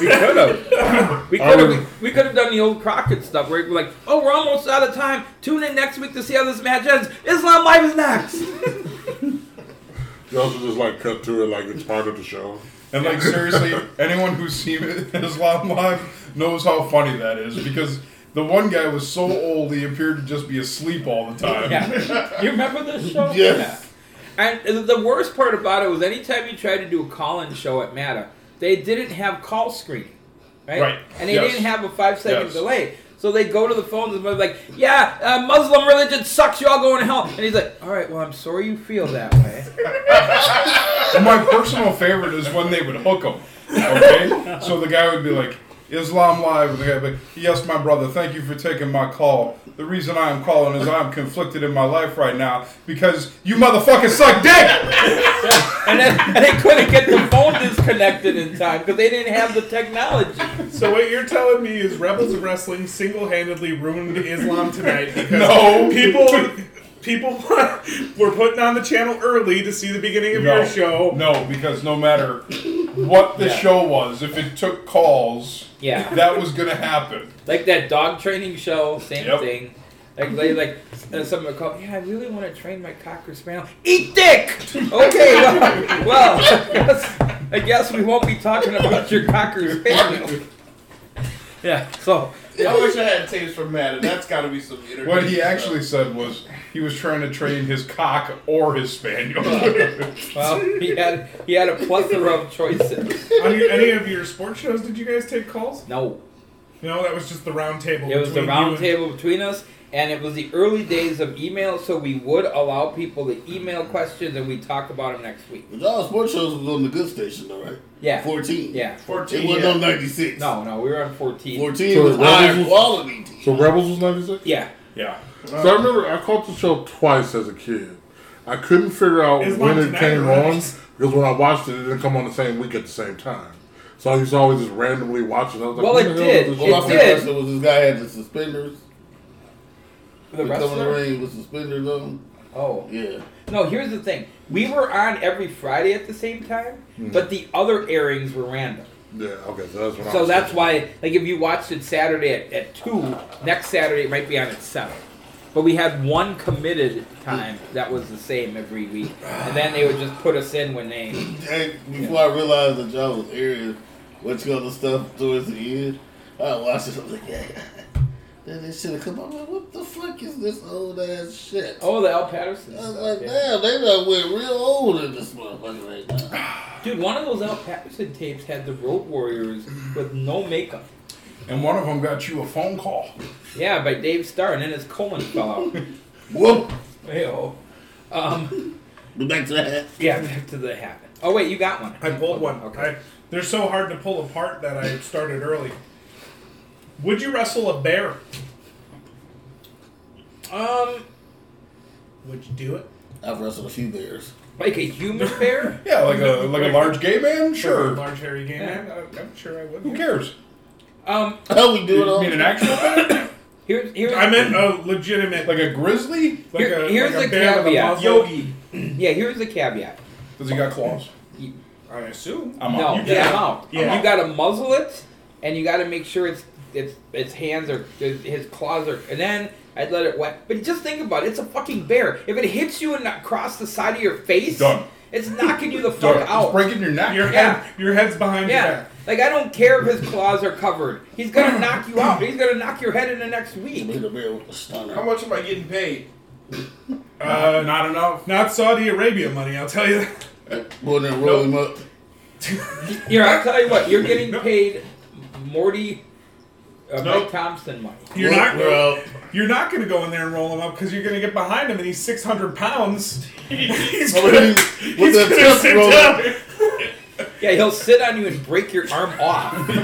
Speaker 3: We
Speaker 2: [LAUGHS]
Speaker 3: could have. we
Speaker 1: I
Speaker 3: could
Speaker 1: would-
Speaker 3: have. We could have done the old Crockett stuff where we're like, "Oh, we're almost out of time. Tune in next week to see how this match ends. Islam Live is next."
Speaker 1: You also just like cut to it like it's part of the show.
Speaker 2: And like
Speaker 3: [LAUGHS]
Speaker 2: seriously, anyone who's seen [LAUGHS] it- Islam Live knows how funny that is because the one guy was so old he appeared to just be asleep all the time. [LAUGHS]
Speaker 3: Yeah. You remember this show?
Speaker 6: Yes.
Speaker 3: Yeah. And the worst part about it was anytime you tried to do a call-in show at Matta, they didn't have call screening, right?
Speaker 2: Right.
Speaker 3: And they
Speaker 2: Yes.
Speaker 3: didn't have a five-second
Speaker 2: Yes.
Speaker 3: delay. So they go to the phone and they're like, "Yeah, uh, Muslim religion sucks. You all going to hell." And he's like, "All right, well, I'm sorry you feel that way."
Speaker 2: And my personal favorite is when they would hook him.
Speaker 3: [LAUGHS]
Speaker 2: Okay, so the guy would be like. Islam Live, and the guy would be like, yes, my brother, thank you for taking my call. The reason I am calling is I'm conflicted in my life right now because you motherfuckers suck
Speaker 3: [LAUGHS]
Speaker 2: dick.
Speaker 3: and, then, [LAUGHS] and they couldn't get the phone disconnected in time because they didn't have the technology.
Speaker 4: so what you're telling me is Rebels of Wrestling single-handedly ruined
Speaker 2: [LAUGHS]
Speaker 4: Islam tonight because
Speaker 2: No. [LAUGHS]
Speaker 4: people people were putting on the channel early to see the beginning of your show.
Speaker 2: No, because no matter what the
Speaker 3: Yeah.
Speaker 2: show was, if it took calls,
Speaker 3: [LAUGHS] Yeah.
Speaker 2: that was gonna happen.
Speaker 3: Like that dog training show, same
Speaker 2: Yep.
Speaker 3: thing. Like they like uh, someone would call, yeah, I really want to train my cocker spaniel. Eat dick. Okay, well, well [LAUGHS] I, guess, I guess we won't be talking about your cocker
Speaker 4: [LAUGHS]
Speaker 3: spaniel. Yeah. So
Speaker 5: I wish I had tapes from Madden. That's got to be some interview.
Speaker 2: What he
Speaker 5: [LAUGHS]
Speaker 2: actually said was he was trying to train his cock or his spaniel. [LAUGHS] That's
Speaker 3: well, he had he had a plethora of choices.
Speaker 4: on your, any of your sports shows, did you guys take calls?
Speaker 3: No,
Speaker 4: No, that was just the round table.
Speaker 3: it was the
Speaker 4: between you
Speaker 3: round
Speaker 4: and-
Speaker 3: table between us. And it was the early days of email, so we would allow people to email questions, and we talk about them next week.
Speaker 6: But y'all sports shows was on the good station, though, right?
Speaker 3: Yeah.
Speaker 6: 14.
Speaker 3: Yeah.
Speaker 6: It
Speaker 5: 14.
Speaker 6: wasn't
Speaker 5: yeah.
Speaker 6: on 96.
Speaker 3: No, no, we were on 14.
Speaker 6: 14
Speaker 1: So
Speaker 6: was
Speaker 1: Rebels
Speaker 6: higher
Speaker 1: was-
Speaker 6: quality.
Speaker 1: So Rebels was ninety six.
Speaker 3: Yeah.
Speaker 2: Yeah.
Speaker 1: So I remember I caught the show twice as a kid. I couldn't figure out
Speaker 4: It's
Speaker 1: when
Speaker 4: like
Speaker 1: it
Speaker 4: tonight,
Speaker 1: came
Speaker 4: right?
Speaker 1: on because when I watched it, it didn't come on the same week at the same time. So I used to always just randomly watch it. I was like,
Speaker 3: Well,
Speaker 1: "What
Speaker 3: it
Speaker 1: the hell
Speaker 3: did.
Speaker 1: is this
Speaker 6: Well, my
Speaker 1: show?"
Speaker 3: It
Speaker 6: favorite
Speaker 3: did.
Speaker 6: wrestler was this guy had the suspenders.
Speaker 3: The
Speaker 6: He come in the
Speaker 3: wrestler?
Speaker 6: ring with suspenders on.
Speaker 3: Oh.
Speaker 6: Yeah.
Speaker 3: No, here's the thing. We were on every Friday at the same time,
Speaker 2: Hmm.
Speaker 3: but the other airings were random.
Speaker 1: Yeah, okay, so that's when I
Speaker 3: So
Speaker 1: was
Speaker 3: that's
Speaker 1: thinking.
Speaker 3: why, like, if you watched it Saturday at, at 2, next Saturday it might be on at 7. But we had one committed time that was the same every week. And then they would just put us in when they.
Speaker 6: Hey, before I realized that y'all was airing what other stuff towards the end, I watched it. I was like, yeah, [LAUGHS] then this should have come out. I'm like, what the fuck is this old ass shit?
Speaker 3: Oh, the Al Patterson.
Speaker 6: I was
Speaker 3: stuff,
Speaker 6: like,
Speaker 3: yeah.
Speaker 6: damn, they done went real old in this motherfucker right now.
Speaker 3: Dude, one of those Al Patterson tapes had the Road Warriors with no makeup.
Speaker 2: And one of them got you a phone call.
Speaker 3: Yeah, by Dave Starr, and then his colon
Speaker 2: [LAUGHS]
Speaker 3: fell out.
Speaker 6: Whoop.
Speaker 3: Hey-oh. Um.
Speaker 6: But back to that.
Speaker 3: Yeah, [LAUGHS] back to the habit. Oh wait, you got one.
Speaker 4: I pulled one.
Speaker 3: Okay.
Speaker 4: I, they're so hard to pull apart that I started early. Would you wrestle a bear?
Speaker 3: Um,
Speaker 4: Would you do it?
Speaker 6: I've wrestled a few bears. [LAUGHS]
Speaker 3: like a human bear?
Speaker 2: Yeah, like a like a large gay man?
Speaker 4: Like a
Speaker 2: Sure.
Speaker 4: large hairy gay
Speaker 3: Yeah.
Speaker 4: man. I, am sure I would.
Speaker 2: Who cares?
Speaker 3: Um,
Speaker 6: How we do it
Speaker 2: You
Speaker 6: all?
Speaker 2: mean an actual man?
Speaker 3: here's here's
Speaker 4: I meant a legitimate,
Speaker 2: Like a grizzly?
Speaker 4: like
Speaker 3: Here-
Speaker 4: a,
Speaker 3: here's
Speaker 4: like a
Speaker 3: the
Speaker 4: bear with a
Speaker 3: caveat.
Speaker 4: muzzle.
Speaker 5: Yogi.
Speaker 3: yeah. Here's the caveat.
Speaker 2: Does he got claws?
Speaker 4: I assume.
Speaker 2: I'm
Speaker 3: No,
Speaker 2: out.
Speaker 3: you
Speaker 4: got-
Speaker 3: get him out.
Speaker 4: yeah.
Speaker 3: You got to muzzle it, and you got to make sure it's it's its hands are his his claws are, and then I'd let it wet. But just think about it. It's a fucking bear. If it hits you and not cross the side of your face,
Speaker 2: Done.
Speaker 3: It's knocking you the fuck
Speaker 2: Sorry, it's
Speaker 3: out.
Speaker 2: breaking your neck.
Speaker 4: Your
Speaker 3: Yeah.
Speaker 4: head, your head's behind your
Speaker 3: yeah,
Speaker 4: back.
Speaker 3: like I don't care if his claws are covered. He's gonna knock you out. He's gonna knock your head in the next
Speaker 6: You
Speaker 3: week.
Speaker 6: hit a bear with a stunner.
Speaker 5: How much am I getting paid?
Speaker 2: Uh, not enough.
Speaker 4: Not Saudi Arabia money, I'll tell you that. [LAUGHS]
Speaker 6: Go in there and roll him up.
Speaker 3: Here,
Speaker 5: [LAUGHS]
Speaker 3: I'll tell you what. You're getting
Speaker 4: No.
Speaker 3: paid Morty, uh,
Speaker 4: Nope.
Speaker 3: Mike Thompson money.
Speaker 4: You're
Speaker 6: Well,
Speaker 2: [LAUGHS]
Speaker 4: not
Speaker 6: well,
Speaker 4: you're not going to go in there and roll him up because you're going to get behind him and he's 600
Speaker 2: [LAUGHS]
Speaker 4: pounds. [LAUGHS] he's
Speaker 6: I mean,
Speaker 4: going [LAUGHS] to
Speaker 6: with the fifth
Speaker 4: sit
Speaker 6: roll up,
Speaker 4: down.
Speaker 3: Yeah, he'll sit on you and break your arm
Speaker 5: [LAUGHS]
Speaker 3: off.
Speaker 6: I mean,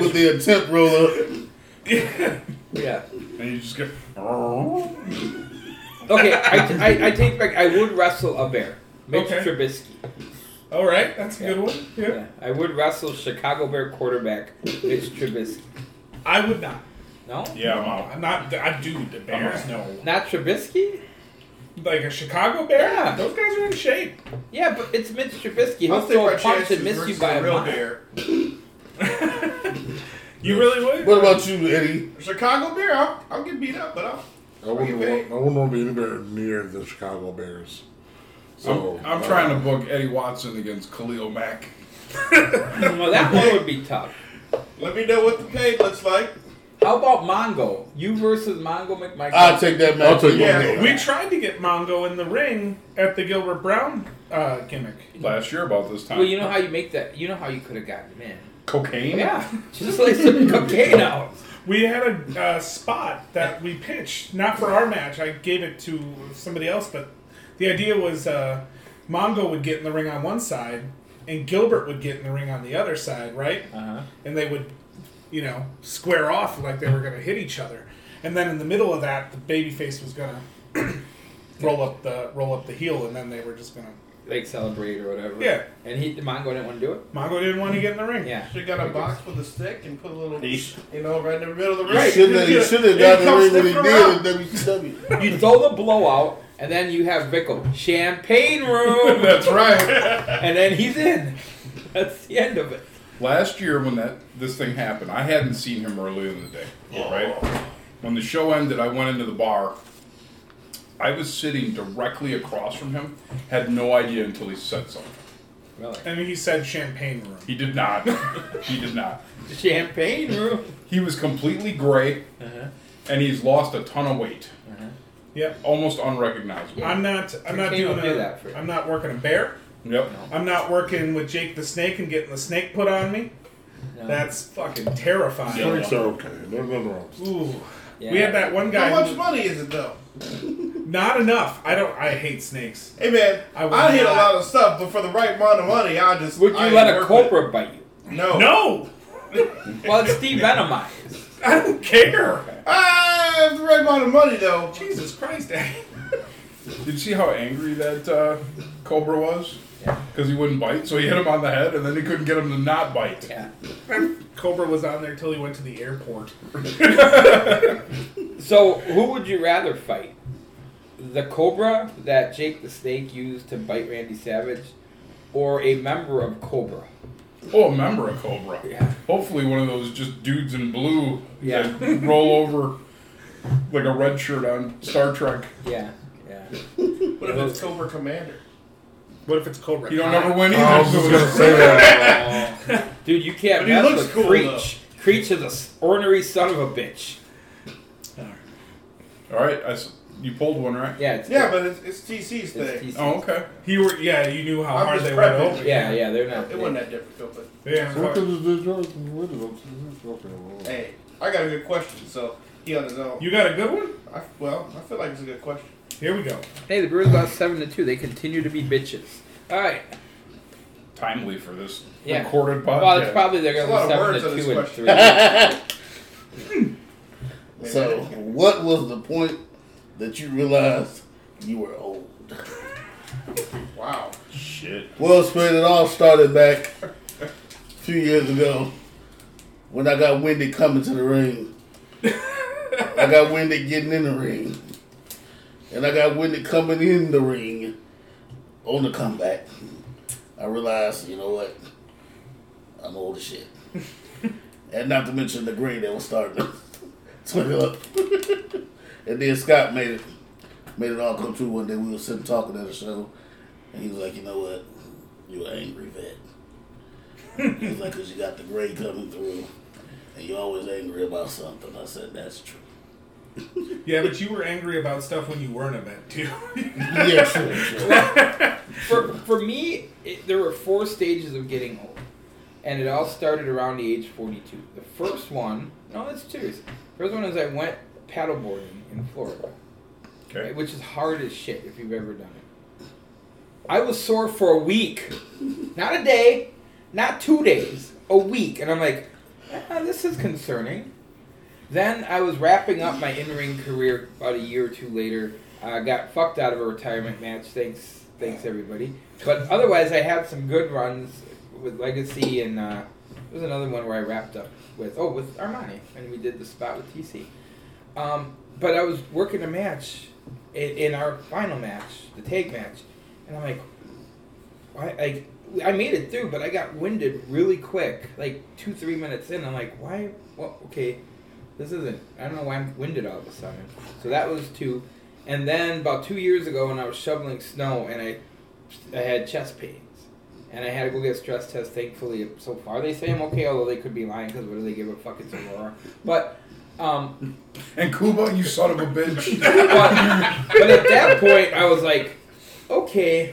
Speaker 6: with the attempt roller,
Speaker 3: yeah.
Speaker 2: And you just get.
Speaker 3: Okay, I, I, I take back. I would wrestle a bear. Mitch
Speaker 4: Okay.
Speaker 3: Trubisky.
Speaker 4: All right, that's a
Speaker 3: Yeah.
Speaker 4: good one. Yeah.
Speaker 3: Yeah, I would wrestle Chicago Bear quarterback Mitch Trubisky.
Speaker 4: I would not.
Speaker 3: No,
Speaker 2: Yeah, I'm out.
Speaker 4: I'm not. I do the Bears. No,
Speaker 3: not Trubisky.
Speaker 4: like a Chicago Bear.
Speaker 3: Yeah.
Speaker 4: Those guys are in shape. [LAUGHS]
Speaker 3: Yeah, but it's Mitch Trubisky. He'll
Speaker 5: I'll take
Speaker 3: throw
Speaker 5: my
Speaker 3: a punch
Speaker 5: chances
Speaker 3: and miss you
Speaker 5: versus
Speaker 3: by
Speaker 5: a
Speaker 3: a
Speaker 5: real
Speaker 3: mile.
Speaker 5: bear.
Speaker 4: You really would.
Speaker 6: What about you, Eddie?
Speaker 5: Chicago bear. I'll, I'll get beat up, but I'll.
Speaker 1: I wouldn't, want, I wouldn't want to be anywhere near the Chicago Bears. So
Speaker 2: I'm, I'm
Speaker 1: uh,
Speaker 2: trying to book Eddie Watson against Khalil Mack.
Speaker 3: No, that one would be tough.
Speaker 5: Let me know what the pay looks like.
Speaker 3: How about Mongo? You versus Mongo McMichael.
Speaker 6: I'll take that match.
Speaker 1: I'll take
Speaker 5: Yeah.
Speaker 1: one.
Speaker 4: We tried to get Mongo in the ring at the Gilbert Brown uh, gimmick.
Speaker 2: Last year about this time.
Speaker 3: Well, you know how you make that. You know how you could have gotten him in.
Speaker 2: Cocaine?
Speaker 3: Yeah, [LAUGHS] just like some cocaine out.
Speaker 4: We had a uh, spot that we pitched, not for our match. I gave it to somebody else, but the idea was uh, Mongo would get in the ring on one side, and Gilbert would get in the ring on the other side, right?
Speaker 3: Uh-huh.
Speaker 4: And they would, you know, square off like they were going to hit each other. And then in the middle of that, the babyface was going to [CLEARS THROAT] roll up the roll up the heel, and then they were just going to.
Speaker 3: Like celebrate or whatever.
Speaker 4: Yeah.
Speaker 3: And he, Mongo didn't want to do it.
Speaker 4: Mongo didn't want to get in the ring.
Speaker 3: Yeah.
Speaker 5: Should got a box with a stick and put a little,
Speaker 2: Eat.
Speaker 5: you know, right in the middle of the ring.
Speaker 6: You shouldn't have, you should have got the ring when he did at WCW.
Speaker 3: You throw the blowout, and then you have Vickle champagne room,
Speaker 5: [LAUGHS]
Speaker 2: That's right.
Speaker 3: and then he's in. That's the end of it.
Speaker 2: Last year when that this thing happened, I hadn't seen him earlier in the day. Right? When the show ended, I went into the bar. I was sitting directly across from him. Had no idea until he said something.
Speaker 3: Really?
Speaker 4: And he said champagne room.
Speaker 2: He did not. [LAUGHS] he did not.
Speaker 3: Champagne room.
Speaker 2: He was completely gray,
Speaker 3: Uh-huh.
Speaker 2: and he's lost a ton of weight,
Speaker 4: Yep.
Speaker 2: almost unrecognizable.
Speaker 4: I'm not. I'm
Speaker 3: You
Speaker 4: not
Speaker 3: can't
Speaker 4: doing
Speaker 3: do
Speaker 4: a-
Speaker 3: that for you.
Speaker 4: I'm not working a bear.
Speaker 2: Yep.
Speaker 4: I'm not working with Jake the Snake and getting the snake put on me.
Speaker 3: No.
Speaker 4: That's fucking terrifying.
Speaker 1: Drinks are okay. There's nothing wrong.
Speaker 4: Ooh.
Speaker 3: Yeah.
Speaker 4: We had that one guy.
Speaker 5: How
Speaker 4: who-
Speaker 5: much money is it though?
Speaker 4: not enough. I don't. I hate snakes.
Speaker 5: Hey man,
Speaker 4: I
Speaker 5: I,
Speaker 4: would
Speaker 5: hit a
Speaker 4: not-
Speaker 5: lot of stuff, but for the right amount of money, I just
Speaker 3: Would you
Speaker 5: I
Speaker 3: let a
Speaker 5: work with-
Speaker 3: cobra bite you?
Speaker 5: No,
Speaker 4: No, [LAUGHS]
Speaker 3: Well, it's
Speaker 5: [LAUGHS]
Speaker 3: devenomized.
Speaker 4: I don't care.
Speaker 5: Ah, for the right amount of money though.
Speaker 4: Jesus Christ!
Speaker 2: Did you see how angry that uh, cobra was?
Speaker 3: Yeah.
Speaker 2: Because he wouldn't bite, so he hit him on the head, and then he couldn't get him to not bite.
Speaker 3: Yeah.
Speaker 4: [LAUGHS] Cobra was on there till he went to the airport.
Speaker 3: So, who would you rather fight? The cobra that Jake the Snake used to bite Randy Savage, or a member of Cobra?
Speaker 2: Oh, a member of Cobra.
Speaker 3: Yeah.
Speaker 2: Hopefully, one of those just dudes in blue
Speaker 3: Yeah.
Speaker 2: that roll over like a red shirt on Star Trek.
Speaker 3: Yeah. Yeah.
Speaker 5: What if it's Cobra Commander?
Speaker 4: What if it's Cobra?
Speaker 2: You don't
Speaker 4: Kai?
Speaker 2: ever win either.
Speaker 1: I was just
Speaker 2: so-
Speaker 1: gonna say that.
Speaker 3: Oh. [LAUGHS] Dude, you can't
Speaker 5: But he
Speaker 3: mess
Speaker 5: looks
Speaker 3: with
Speaker 5: cool,
Speaker 3: Creech. Creech is a s- ornery son of a bitch.
Speaker 2: [LAUGHS] All right, I s- you pulled one, right?
Speaker 3: Yeah, it's
Speaker 5: Yeah, but it's, it's TC's
Speaker 3: it's
Speaker 5: thing.
Speaker 3: TC.
Speaker 2: Oh, okay.
Speaker 4: He were. Yeah, you knew how
Speaker 5: I'm
Speaker 4: hard
Speaker 5: just
Speaker 4: they went
Speaker 5: prepping.
Speaker 4: over.
Speaker 3: Yeah, yeah, they're not.
Speaker 5: Oh, It wasn't that difficult, but
Speaker 4: Yeah.
Speaker 1: What
Speaker 4: fuck.
Speaker 1: could uh, this do, George? What is it? Okay, well.
Speaker 5: hey, I got a good question, so he on his own.
Speaker 4: You got a good one.
Speaker 5: I, well, I feel like it's a good question.
Speaker 4: Here we go.
Speaker 3: Hey, the Brewers lost seven to two. They continue to be bitches. All right.
Speaker 2: Timely for this
Speaker 3: Yeah.
Speaker 2: recorded podcast.
Speaker 3: Well, it's probably they're
Speaker 5: Oh, There's
Speaker 3: going
Speaker 5: a lot
Speaker 3: to
Speaker 5: of
Speaker 3: seven
Speaker 5: words
Speaker 3: to
Speaker 5: on this
Speaker 3: two and
Speaker 5: question.
Speaker 3: three. I
Speaker 5: [LAUGHS]
Speaker 6: So, what was the point that you realized you were old?
Speaker 5: Wow.
Speaker 2: Shit.
Speaker 6: Well, Spade, it all started back a few years ago when I got winded coming to the ring. I got winded getting in the ring. And I got winded coming in the ring on the comeback. I realized, you know what? I'm old as shit. and not to mention the grade that was starting to twinkle up. and then Scott made it made it all come true one day. We were sitting talking at a show and he was like, you know what? You're an angry vet. [LAUGHS] he was like, because you got the gray coming through, and you're always angry about something. I said, that's true.
Speaker 4: Yeah, but you were angry about stuff when you were in a bed too. [LAUGHS]
Speaker 6: [LAUGHS] Yeah, sure, sure.
Speaker 3: for for me, it, there were four stages of getting old, and it all started around the age forty-two. The first one, no, that's serious. First one is I went paddleboarding in Florida,
Speaker 2: Okay.
Speaker 3: which is hard as shit if you've ever done it. I was sore for a week, not a day, not two days, a week, and I'm like, "Ah, this is concerning. Then I was wrapping up my in-ring career about a year or two later. I got fucked out of a retirement match. Thanks, thanks everybody. But otherwise, I had some good runs with Legacy, and uh, there was another one where I wrapped up with oh with Armani, and we did the spot with TC. Um, but I was working a match in, in our final match, the tag match, and I'm like, I, I I made it through, but I got winded really quick, like two three minutes in. I'm like, why? Well, okay, this isn't. I don't know why I'm winded all of a sudden. So that was two, and then about two years ago, when I was shoveling snow, and I I had chest pains, and I had to go get a stress test. Thankfully, so far they say I'm okay, although they could be lying because what do they give a fuck? It's Aurora, but. Um,
Speaker 2: And Kuba, you son of a bitch.
Speaker 3: [LAUGHS] but, but at that point, I was like, okay,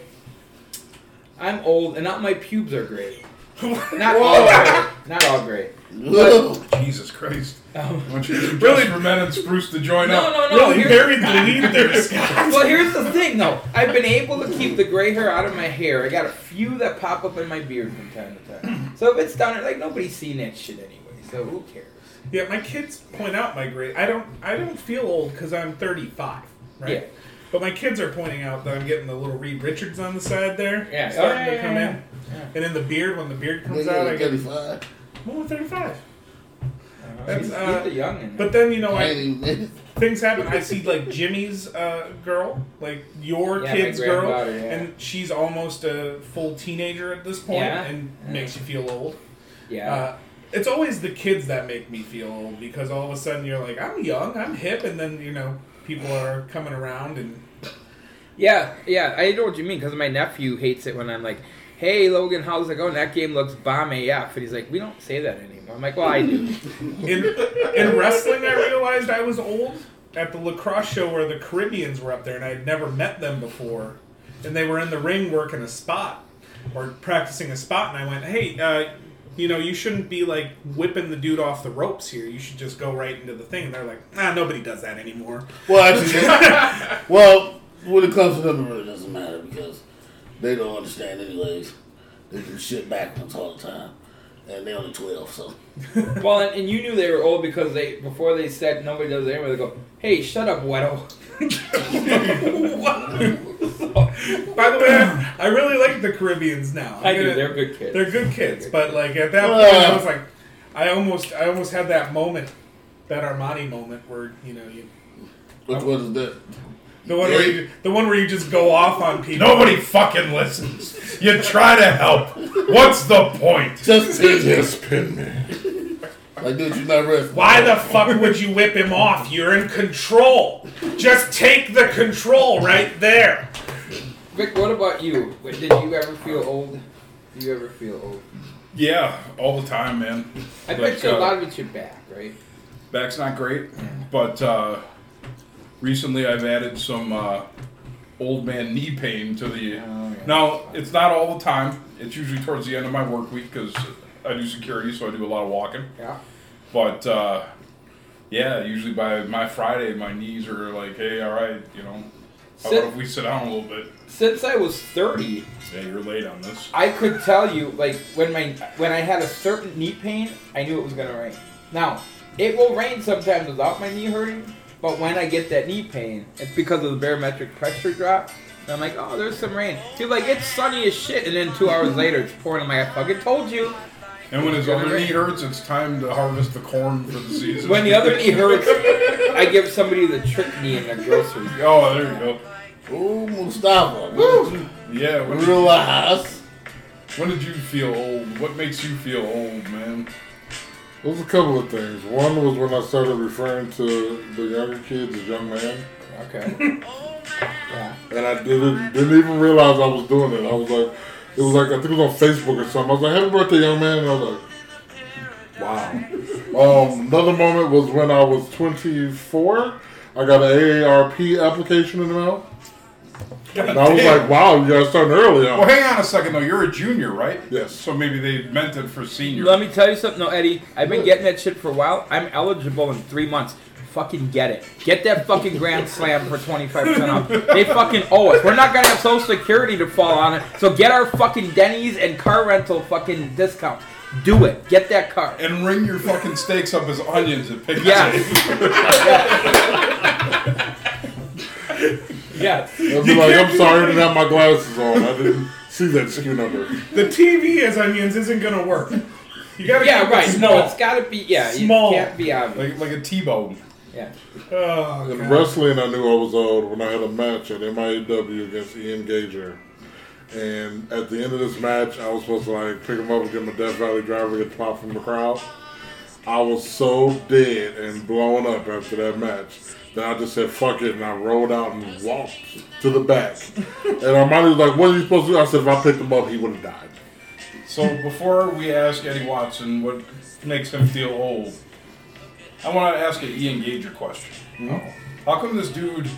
Speaker 3: I'm old, and not my pubes are great. Not all great. Not all great.
Speaker 6: Look,
Speaker 2: Jesus Christ.
Speaker 3: Um,
Speaker 2: I want
Speaker 3: [LAUGHS]
Speaker 2: you to really for men and Spruce to join
Speaker 3: no,
Speaker 2: up.
Speaker 3: no, no.
Speaker 4: really
Speaker 3: here's-
Speaker 4: buried the lead there, Scott.
Speaker 3: well, here's the thing, though. I've been able to keep the gray hair out of my hair. I got a few that pop up in my beard from time to time. So if it's down there, like, nobody's seen that shit anyway, so who cares?
Speaker 4: [LAUGHS] Yeah, my kids point out my grade. I don't. I don't feel old because I'm 35, right?
Speaker 3: Yeah.
Speaker 4: But my kids are pointing out that I'm getting the little Reed Richards on the side there.
Speaker 3: Yeah.
Speaker 4: Starting
Speaker 3: Oh, yeah,
Speaker 4: to come
Speaker 3: yeah,
Speaker 4: in.
Speaker 3: yeah.
Speaker 4: And then the beard, when the beard comes out, I
Speaker 6: nigga,
Speaker 4: get
Speaker 6: [LAUGHS] 35.
Speaker 4: more than 35. That's,
Speaker 3: He's, he's
Speaker 4: uh,
Speaker 3: the young in
Speaker 4: But then you know,
Speaker 6: I
Speaker 4: I,
Speaker 6: ain't even. [LAUGHS]
Speaker 4: things happen. I see like Jimmy's uh, girl, like your
Speaker 3: Yeah, my
Speaker 4: kid's girl,
Speaker 3: granddaughter, yeah.
Speaker 4: and she's almost a full teenager at this point,
Speaker 3: Yeah.
Speaker 4: and
Speaker 3: Yeah.
Speaker 4: makes you feel old.
Speaker 3: yeah.
Speaker 4: Uh, it's always the kids that make me feel old because all of a sudden you're like, I'm young, I'm hip, and then you know people are coming around and
Speaker 3: Yeah, yeah, I know what you mean because my nephew hates it when I'm like, "Hey, Logan, how's it going? That game looks bomb AF," and he's like, "We don't say that anymore." I'm like, "Well, I
Speaker 4: [LAUGHS]
Speaker 3: do."
Speaker 4: in, in wrestling, I realized I was old at the lacrosse show where the Caribbeans were up there, and I had never met them before, and they were in the ring working a spot or practicing a spot, and I went, "Hey, uh, you know, you shouldn't be like whipping the dude off the ropes here. You should just go right into the thing." And they're like, "Ah, nobody does that anymore."
Speaker 6: Well, [LAUGHS] actually, well, when it comes to them, it really doesn't matter because they don't understand anyways. They do shit backwards all the time, and they only twelve, so
Speaker 3: well, and, and you knew they were old because they before they said nobody does it anymore. They go, "Hey, shut up, Weddle."
Speaker 4: [LAUGHS] By the way, I, I really like the Caribbeans now. I'm
Speaker 3: I do.
Speaker 4: gonna-
Speaker 3: They're good kids.
Speaker 4: They're good kids, but like at that
Speaker 6: Well-
Speaker 4: point, I was like, I almost, I almost had that moment, that Armani moment where you know you,
Speaker 6: which one is that?
Speaker 4: the one where you, the one where you just go off on people.
Speaker 2: Nobody fucking listens. You try to help. What's the point?
Speaker 6: Just
Speaker 1: Yes, pin me.
Speaker 6: like, dude, you not rest.
Speaker 4: Why the fuck would you whip him off? You're in control. Just take the control right there.
Speaker 3: Vic, what about you? Wait, Did you ever feel old? Do you ever feel old?
Speaker 2: Yeah, all the time, man.
Speaker 3: I
Speaker 2: Like,
Speaker 3: bet you a
Speaker 2: uh,
Speaker 3: lot of it's your back, right?
Speaker 2: Back's not great, but uh, recently I've added some uh, old man knee pain to the. Now it's not all the time. It's usually towards the end of my work week because I do security, so I do a lot of walking.
Speaker 3: Yeah.
Speaker 2: But uh, yeah, usually by my Friday, my knees are like, hey, all right, you know, how
Speaker 3: Sit-
Speaker 2: about if we sit down a little bit?
Speaker 3: Since I was thirty,
Speaker 2: Say you're late on this.
Speaker 3: I could tell you, like when my when I had a certain knee pain, I knew it was gonna rain. Now, it will rain sometimes without my knee hurting, but when I get that knee pain, it's because of the barometric pressure drop. And I'm like, oh, there's some rain. People are like it's sunny as shit, and then two hours later, it's pouring. I'm like, I fucking told you.
Speaker 2: And when his
Speaker 3: Gonna
Speaker 2: other knee
Speaker 3: rain.
Speaker 2: hurts, it's time to harvest the corn
Speaker 3: [LAUGHS]
Speaker 2: for the season.
Speaker 3: When
Speaker 2: [LAUGHS]
Speaker 3: the other knee hurts, I give somebody the trick knee in their grocery.
Speaker 2: Oh, there you go.
Speaker 6: Ooh, Mustafa, Woo.
Speaker 2: Yeah, when did,
Speaker 6: realize
Speaker 2: when did you feel old? What makes you feel old, man?
Speaker 1: There's a couple of things. One was when I started referring to the younger kids as young man,
Speaker 3: Okay. Yeah.
Speaker 1: and I didn't didn't even realize I was doing it. I was like, it was like I think it was on Facebook or something. I was like, "Happy birthday, young man!" And I was like, "Wow." um, another moment was when I was 24, I got an AARP application in the mail. And I was like, wow, you guys starting early.
Speaker 2: Well,
Speaker 1: huh?
Speaker 2: hang on a second though. You're a junior, right?
Speaker 1: Yes.
Speaker 2: So maybe they meant it for senior.
Speaker 3: [LAUGHS] Let me tell you something, though, Eddie. I've been getting that shit for a while. I'm eligible in three months. Fucking get it. Get that fucking Grand Slam for 25% off. They fucking owe us. We're not gonna have Social Security to fall on it. So get our fucking Denny's and car rental fucking discounts. Do it. Get that car.
Speaker 2: and ring your fucking steaks up as onions and pick.
Speaker 4: [LAUGHS]
Speaker 3: Yes. yes.
Speaker 1: I'd be like, I'm sorry I didn't have my glasses on. I didn't see that SKU number.
Speaker 4: The TV as onions isn't gonna work. You gotta
Speaker 3: Yeah,
Speaker 4: keep it
Speaker 3: right. No,
Speaker 4: Small.
Speaker 3: it's gotta be, yeah,
Speaker 4: Small.
Speaker 3: you can't be obvious.
Speaker 2: Like, like a T-bone.
Speaker 3: Yeah.
Speaker 4: Oh,
Speaker 1: In
Speaker 4: God.
Speaker 1: wrestling, I knew I was old when I had a match at MIAW against Ian Gager. And at the end of this match, I was supposed to like pick him up and give him a Death Valley driver get popped from the crowd. I was so dead and blown up after that match that I just said fuck it and I rolled out and walked to the back. and Armani was like, "What are you supposed to do?" I said, "If I picked him up, he would have died."
Speaker 2: So before we ask Eddie Watson what makes him feel old, I want to ask an Ian Gager question. How come this dude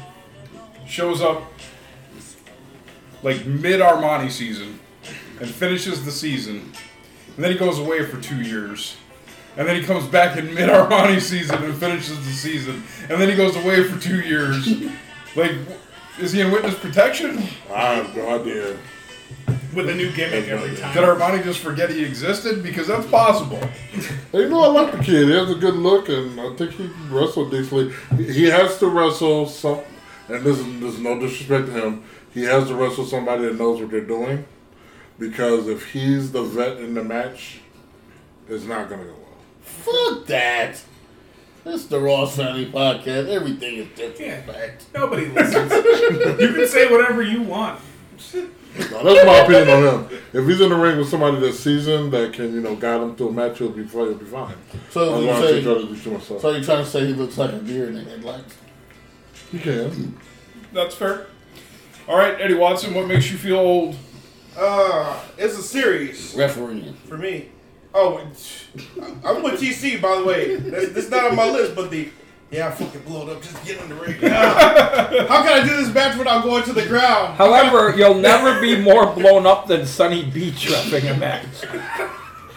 Speaker 2: shows up like mid Armani season and finishes the season, and then he goes away for two years, and then he comes back in mid Armani season and finishes the season, and then he goes away for two years? like, is he in witness protection?
Speaker 1: I have no idea.
Speaker 4: with a new gimmick every time.
Speaker 2: Did Armani just forget he existed? Because that's possible.
Speaker 1: Hey, You know, I like the kid. He has a good look, and I think he can wrestle decently. He- He has to wrestle some, and this is, this is no disrespect to him. He has to wrestle somebody that knows what they're doing, because if he's the vet in the match, it's not gonna go well.
Speaker 6: Fuck that. It's the Ross Family Podcast. Everything is disrespect.
Speaker 4: Nobody listens. you can say whatever you want.
Speaker 1: Now, that's my opinion on him. If he's in the ring with somebody that's seasoned that can, you know, guide him to a match, he'll be he'll be fine.
Speaker 6: So,
Speaker 1: As
Speaker 6: you
Speaker 1: long as he
Speaker 6: say,
Speaker 1: tries to do too much stuff.
Speaker 6: so you're trying to say he looks like a deer in the headlights?
Speaker 1: He can.
Speaker 2: That's fair. All right, Eddie Watson, what makes you feel old?
Speaker 5: Uh, it's a series
Speaker 6: Refereeing.
Speaker 5: for me. Oh, [LAUGHS] and sh- I'm with TC by the way. That's, that's not on my list, but the yeah, I fucking blew it up. Just get on the [LAUGHS] ring. Ah. How can I do this match without going to the ground?
Speaker 3: However, you'll never be more blown up than Sunny Beach wrestling a match.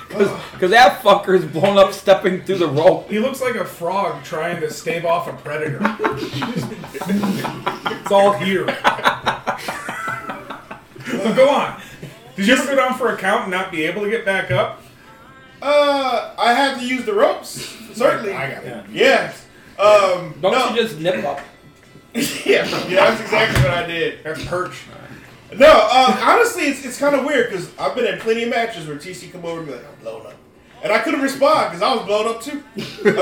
Speaker 3: Because that fucker's blown up stepping through the rope.
Speaker 4: He looks like a frog trying to stave off a predator. it's all here. But go on. Did you ever go down for a count and not be able to get back up?
Speaker 5: Uh, I had to use the ropes. Certainly.
Speaker 4: I got it.
Speaker 5: Yeah. Um,
Speaker 3: Don't
Speaker 5: no.
Speaker 3: you just nip up?
Speaker 5: [LAUGHS] yeah, yeah, that's exactly what I did.
Speaker 4: That's perch.
Speaker 5: No, uh, honestly, it's, it's kind of weird because I've been in plenty of matches where TC come over and be like, I'm blown up. And I couldn't respond because I was blown
Speaker 4: [LAUGHS]
Speaker 5: up too.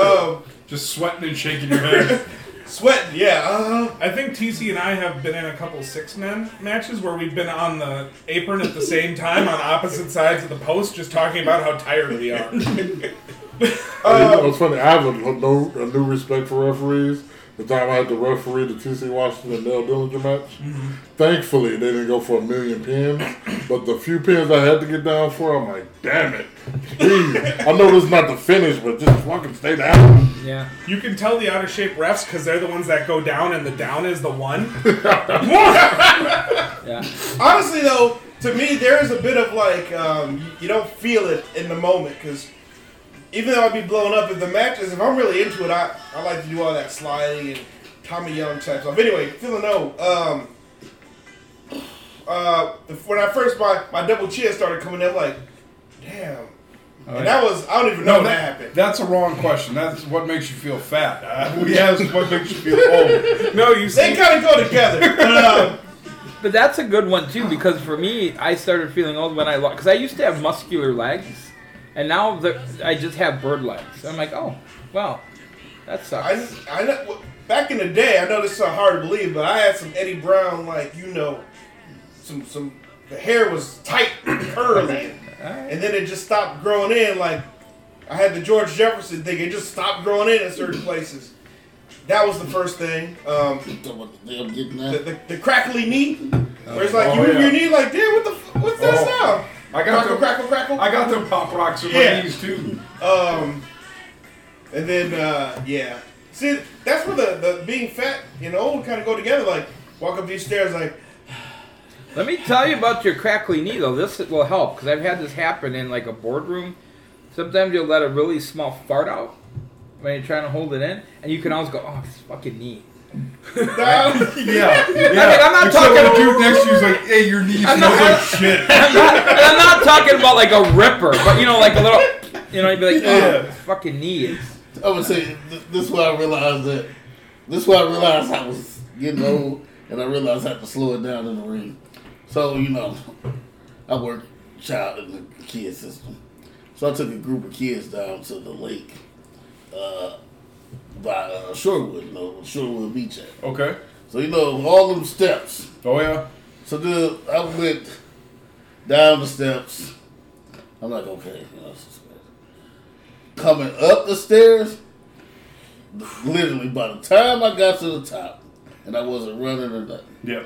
Speaker 5: um,
Speaker 2: Just sweating and shaking your head.
Speaker 5: sweating, yeah. Uh,
Speaker 4: I think TC and I have been in a couple six men matches where we've been on the apron at the same time on opposite sides of the post just talking about how tired we are.
Speaker 1: And,
Speaker 2: Um,
Speaker 1: you know, it's funny. I have a, no, a new respect for referees. The time I had to referee the TC Washington and Nell Dillinger match,
Speaker 2: Mm-hmm.
Speaker 1: thankfully they didn't go for a million pins. But the few pins I had to get down for, I'm like, damn it, please. I know this is not the finish, but just fucking stay down.
Speaker 3: Yeah.
Speaker 4: You can tell the out of shape refs because they're the ones that go down and the down is the one.
Speaker 3: Yeah.
Speaker 5: honestly, though, to me, there is a bit of like, um, you, you don't feel it in the moment because even though I'd be blown up if the matches, if I'm really into it, I, I like to do all that sliding and Tommy Young type stuff. Anyway, feeling old. Um, uh, when I first, my, my double chin started coming up, like, damn. and that was, I don't even know that happened.
Speaker 2: That's a wrong question. That's what makes you feel fat.
Speaker 3: [LAUGHS]
Speaker 2: Uh, we asked what makes you feel old.
Speaker 4: No, you
Speaker 5: They
Speaker 4: see,
Speaker 5: kind of go together. But, um,
Speaker 3: But that's a good one too because for me, I started feeling old when I lost because I used to have muscular legs, and now the, I just have bird legs. I'm like, oh, wow, that
Speaker 5: I,
Speaker 3: sucks.
Speaker 5: I know, back in the day, I know this is so hard to believe, but I had some Eddie Brown, like you know, some some the hair was tight, curly, and then it just stopped growing in. Like I had the George Jefferson thing; it just stopped growing in in certain places. That was the first thing. Um,
Speaker 6: Don't want the damn getting
Speaker 5: the,
Speaker 6: that.
Speaker 5: the, the crackly knee, where it's like
Speaker 2: Oh,
Speaker 5: you
Speaker 2: yeah.
Speaker 5: your knee, like damn, what the f- what's that
Speaker 2: Oh.
Speaker 5: sound?
Speaker 2: I got
Speaker 5: crackle,
Speaker 2: the-
Speaker 5: crackle, crackle.
Speaker 2: I got them pop rocks in
Speaker 5: Yeah.
Speaker 2: my knees too.
Speaker 5: Um, and then uh, yeah, See, that's where the, the being fat and old kind of go together. Like, walk up these stairs, like,
Speaker 3: Let me tell you about your crackly knee, though. This will help because I've had this happen in like a boardroom. Sometimes you'll let a really small fart out when you're trying to hold it in, and you can always go, "Oh, this fucking knee."
Speaker 5: nah,
Speaker 2: Yeah. yeah.
Speaker 3: I mean, I'm not
Speaker 2: If
Speaker 3: talking-
Speaker 2: someone puke next to you's like, hey, your knee smells
Speaker 3: not- [LAUGHS]
Speaker 2: like shit.
Speaker 3: I'm not, and I'm not talking about like a ripper, but you know, like a little, you know, you'd be like, "Oh, this fucking knee is."
Speaker 6: I would say th- this is why I realized that. This is why I realized I was getting old, and I realized I had to slow it down in the ring. So you know, I work child and the kid system. So I took a group of kids down to the lake uh, by uh, Shorewood, you know, Shorewood Beach. At.
Speaker 2: Okay.
Speaker 6: So you know all them steps.
Speaker 2: Oh, yeah.
Speaker 6: So then I went down the steps. I'm like, okay, you know, this is good. coming up the stairs. Literally, by the time I got to the top, and I wasn't running or nothing,
Speaker 2: Yeah.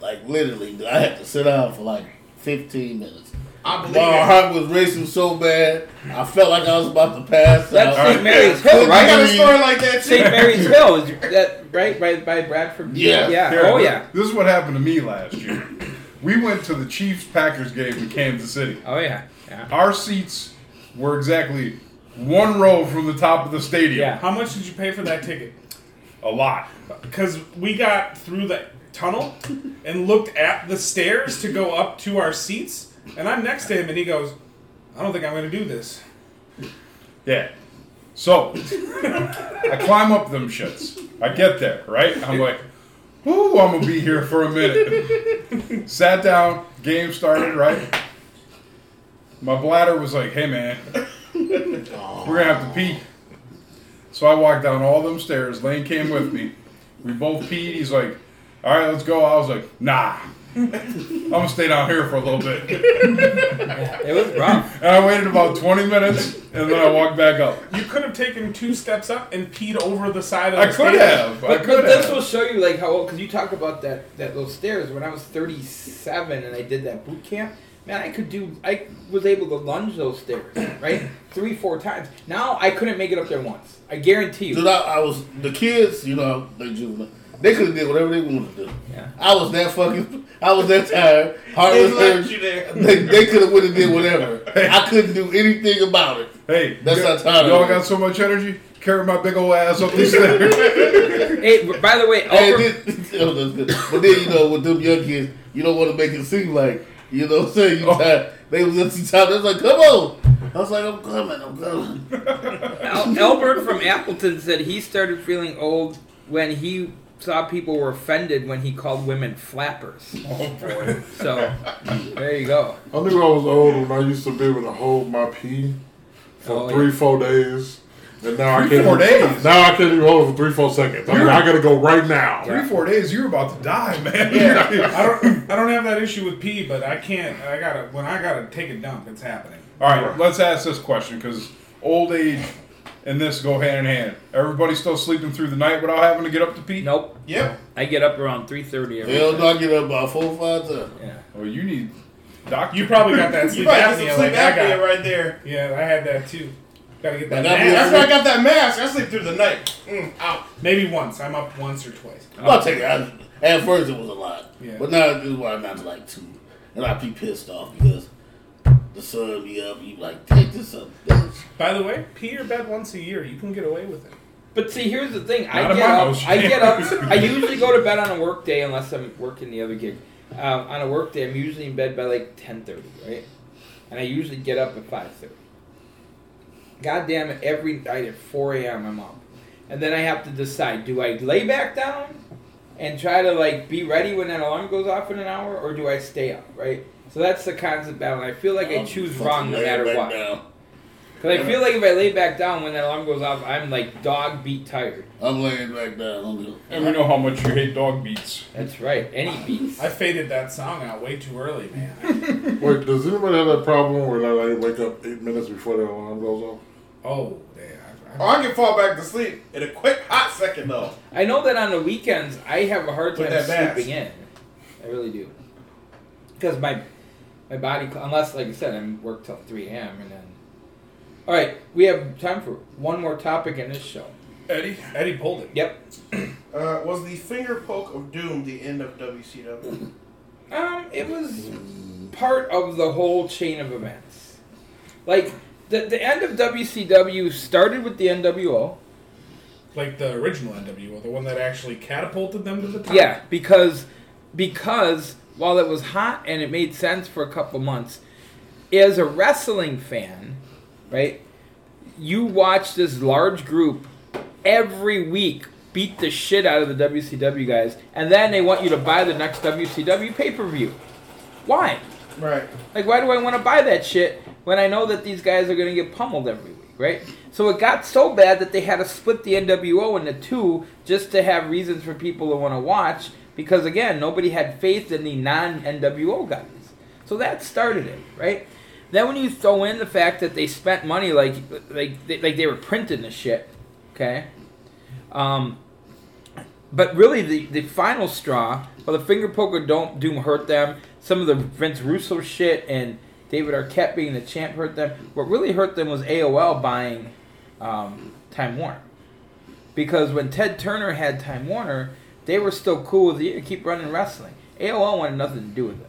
Speaker 6: like literally, I had to sit down for like 15 minutes.
Speaker 5: I believe
Speaker 6: My
Speaker 5: it.
Speaker 6: heart was racing so bad, I felt like I was about to pass
Speaker 3: That's
Speaker 6: out.
Speaker 3: St. Mary's Hill,
Speaker 5: I got a
Speaker 3: right?
Speaker 5: story like that too.
Speaker 3: St. Mary's Hill is that right by by Bradford?
Speaker 6: Yeah.
Speaker 3: yeah.
Speaker 2: Here,
Speaker 3: Oh
Speaker 2: th-
Speaker 3: yeah.
Speaker 2: This is what happened to me last year. We went to the Chiefs Packers game in Kansas City.
Speaker 3: Oh yeah. Yeah.
Speaker 2: Our seats were exactly one row from the top of the stadium.
Speaker 3: Yeah.
Speaker 4: How much did you pay for that ticket?
Speaker 2: A lot.
Speaker 4: Because we got through the tunnel and looked at the stairs to go up to our seats, and I'm next to him, and he goes, "I don't think I'm going to do this."
Speaker 2: Yeah. So [LAUGHS] I climb up them shits. I get there, right? I'm like, ooh, I'm gonna be here for a minute. Sat down, game started, right? My bladder was like, hey man, we're gonna have to pee. So I walked down all them stairs. Lane came with me. We both peed. He's like, all right, let's go. I was like, nah. I'm gonna stay down here for a little bit.
Speaker 3: It was rough.
Speaker 2: And I waited about 20 minutes and then I walked back up.
Speaker 4: You could have taken two steps up and peed over the side of
Speaker 2: I
Speaker 4: the
Speaker 2: could
Speaker 4: stairs.
Speaker 2: have. I
Speaker 3: But,
Speaker 2: could
Speaker 3: but this
Speaker 2: have.
Speaker 3: will show you like how old because you talked about that that those stairs when I was 37 and I did that boot camp. Man, I could do. I was able to lunge those stairs right three four times. Now I couldn't make it up there once. I guarantee
Speaker 6: Dude,
Speaker 3: you.
Speaker 6: I, I was the kids, you know, they juvenile. They could have did whatever they wanted to do.
Speaker 3: Yeah.
Speaker 6: I was that fucking, I was that tired. Heart
Speaker 5: They
Speaker 6: was
Speaker 5: left you
Speaker 6: hurt.
Speaker 5: there.
Speaker 6: They, they could have would have did whatever. I couldn't do anything about it.
Speaker 2: Hey,
Speaker 6: That's
Speaker 2: you-
Speaker 6: not tired.
Speaker 2: Y'all got so much energy. Carry my big old ass up these stairs.
Speaker 3: Hey, by the way,
Speaker 6: And
Speaker 3: Oprah-
Speaker 6: then- [LAUGHS] that was good. But then you know, with them young kids, you don't want to make it seem like you know what I'm saying. You
Speaker 2: Oh.
Speaker 6: tired. They was just tired. They was like, come on. I was like, I'm coming. I'm coming.
Speaker 3: Al- Albert from Appleton said he started feeling old when he saw people were offended when he called women flappers. So there you go.
Speaker 1: I knew I was old when I used to be able to hold my pee for
Speaker 3: Oh,
Speaker 1: three, four days. And now I
Speaker 2: Three,
Speaker 1: can't.
Speaker 2: four days?
Speaker 1: Now I can't even hold it for three, four seconds. I'm
Speaker 2: You're-
Speaker 1: like, I gotta go right now.
Speaker 2: Three, four days, you're about to die, man. [LAUGHS]
Speaker 4: I don't. I don't have that issue with pee, but I can't. I gotta. When I gotta take a dump, it's happening.
Speaker 2: All right, let's ask this question because old age and this go hand in hand. Everybody still sleeping through the night without having to get up to pee?
Speaker 3: Nope.
Speaker 5: Yep.
Speaker 3: I get up around three thirty every
Speaker 6: Hell,
Speaker 3: day.
Speaker 6: no, I get up about four, five times.
Speaker 3: Yeah.
Speaker 2: Oh, you need doctor.
Speaker 4: You probably got that
Speaker 5: You
Speaker 4: sleep
Speaker 5: probably got some
Speaker 4: apnea
Speaker 5: sleep
Speaker 4: like I
Speaker 5: apnea
Speaker 4: got.
Speaker 5: right there.
Speaker 4: Yeah, I had that too. Gotta get that.
Speaker 6: Like, I'm
Speaker 4: mask.
Speaker 5: That's why I got that mask. I sleep through the night. Mm, out.
Speaker 4: Maybe once. I'm up once or twice.
Speaker 6: I'll take it. I, at first, it was a lot,
Speaker 4: Yeah.
Speaker 6: but now it's why not like two, and I be pissed off because the sun be up. You like take this up, bitch.
Speaker 4: By the way, pee your bed once a year. You can get away with it.
Speaker 3: But see, here's the thing. I
Speaker 2: Not in
Speaker 3: get
Speaker 2: my
Speaker 3: up.
Speaker 2: house.
Speaker 3: I
Speaker 2: [LAUGHS]
Speaker 3: get up. I usually go to bed on a work day unless I'm working the other gig. Um, on a work day, I'm usually in bed by like ten thirty, right? And I usually get up at five thirty. God damn it! Every night at four a.m. I'm up, and then I have to decide: do I lay back down and try to like be ready when that alarm goes off in an hour, or do I stay up? Right. So that's the constant battle. I feel like I
Speaker 6: I'm
Speaker 3: choose
Speaker 6: fucking
Speaker 3: wrong no
Speaker 6: laying
Speaker 3: matter
Speaker 6: Um, back
Speaker 3: what.
Speaker 6: down.
Speaker 3: Because I feel like if I lay back down when that alarm goes off, I'm like dog beat tired.
Speaker 6: I'm laying back down. I'm good.
Speaker 2: [LAUGHS] And we know how much you hate dog beats.
Speaker 3: That's right. Any beats.
Speaker 4: I faded that song out way too early, man.
Speaker 1: Wait, does anybody have that problem where they like wake up eight minutes before their alarm goes off?
Speaker 4: oh, damn.
Speaker 5: Oh, I can fall back to sleep in a quick hot second though.
Speaker 3: I know that on the weekends I have a hard
Speaker 5: Put
Speaker 3: time
Speaker 5: that mask.
Speaker 3: sleeping in. I really do. Because my my body, unless like I said, I'm work till three a.m. and then. All right, we have time for one more topic in this show.
Speaker 2: Eddie?
Speaker 4: Eddie pulled it.
Speaker 3: Yep.
Speaker 5: Uh, was the finger poke of doom the end of WCW?
Speaker 3: Um, it was part of the whole chain of events. Like the the end of WCW started with the NWO.
Speaker 4: Like the original NWO, the one that actually catapulted them to the top.
Speaker 3: Yeah, because because while it was hot and it made sense for a couple months, as a wrestling fan, right, you watch this large group every week beat the shit out of the WCW guys, and then they want you to buy the next WCW pay per view. Why?
Speaker 5: right.
Speaker 3: Like, why do I want to buy that shit when I know that these guys are going to get pummeled every week, right? So it got so bad that they had to split the NWO into two just to have reasons for people to want to watch because, again, nobody had faith in the non NWO guys. So that started it, right? Then when you throw in the fact that they spent money like like they, like they were printing the shit, okay? Um, but really, the, the final straw, well, the finger poker don't doom hurt them. Some of the Vince Russo shit and David Arquette being the champ hurt them. What really hurt them was AOL buying um, Time Warner, because when Ted Turner had Time Warner, they were still cool with the keep running wrestling. AOL wanted nothing to do with it.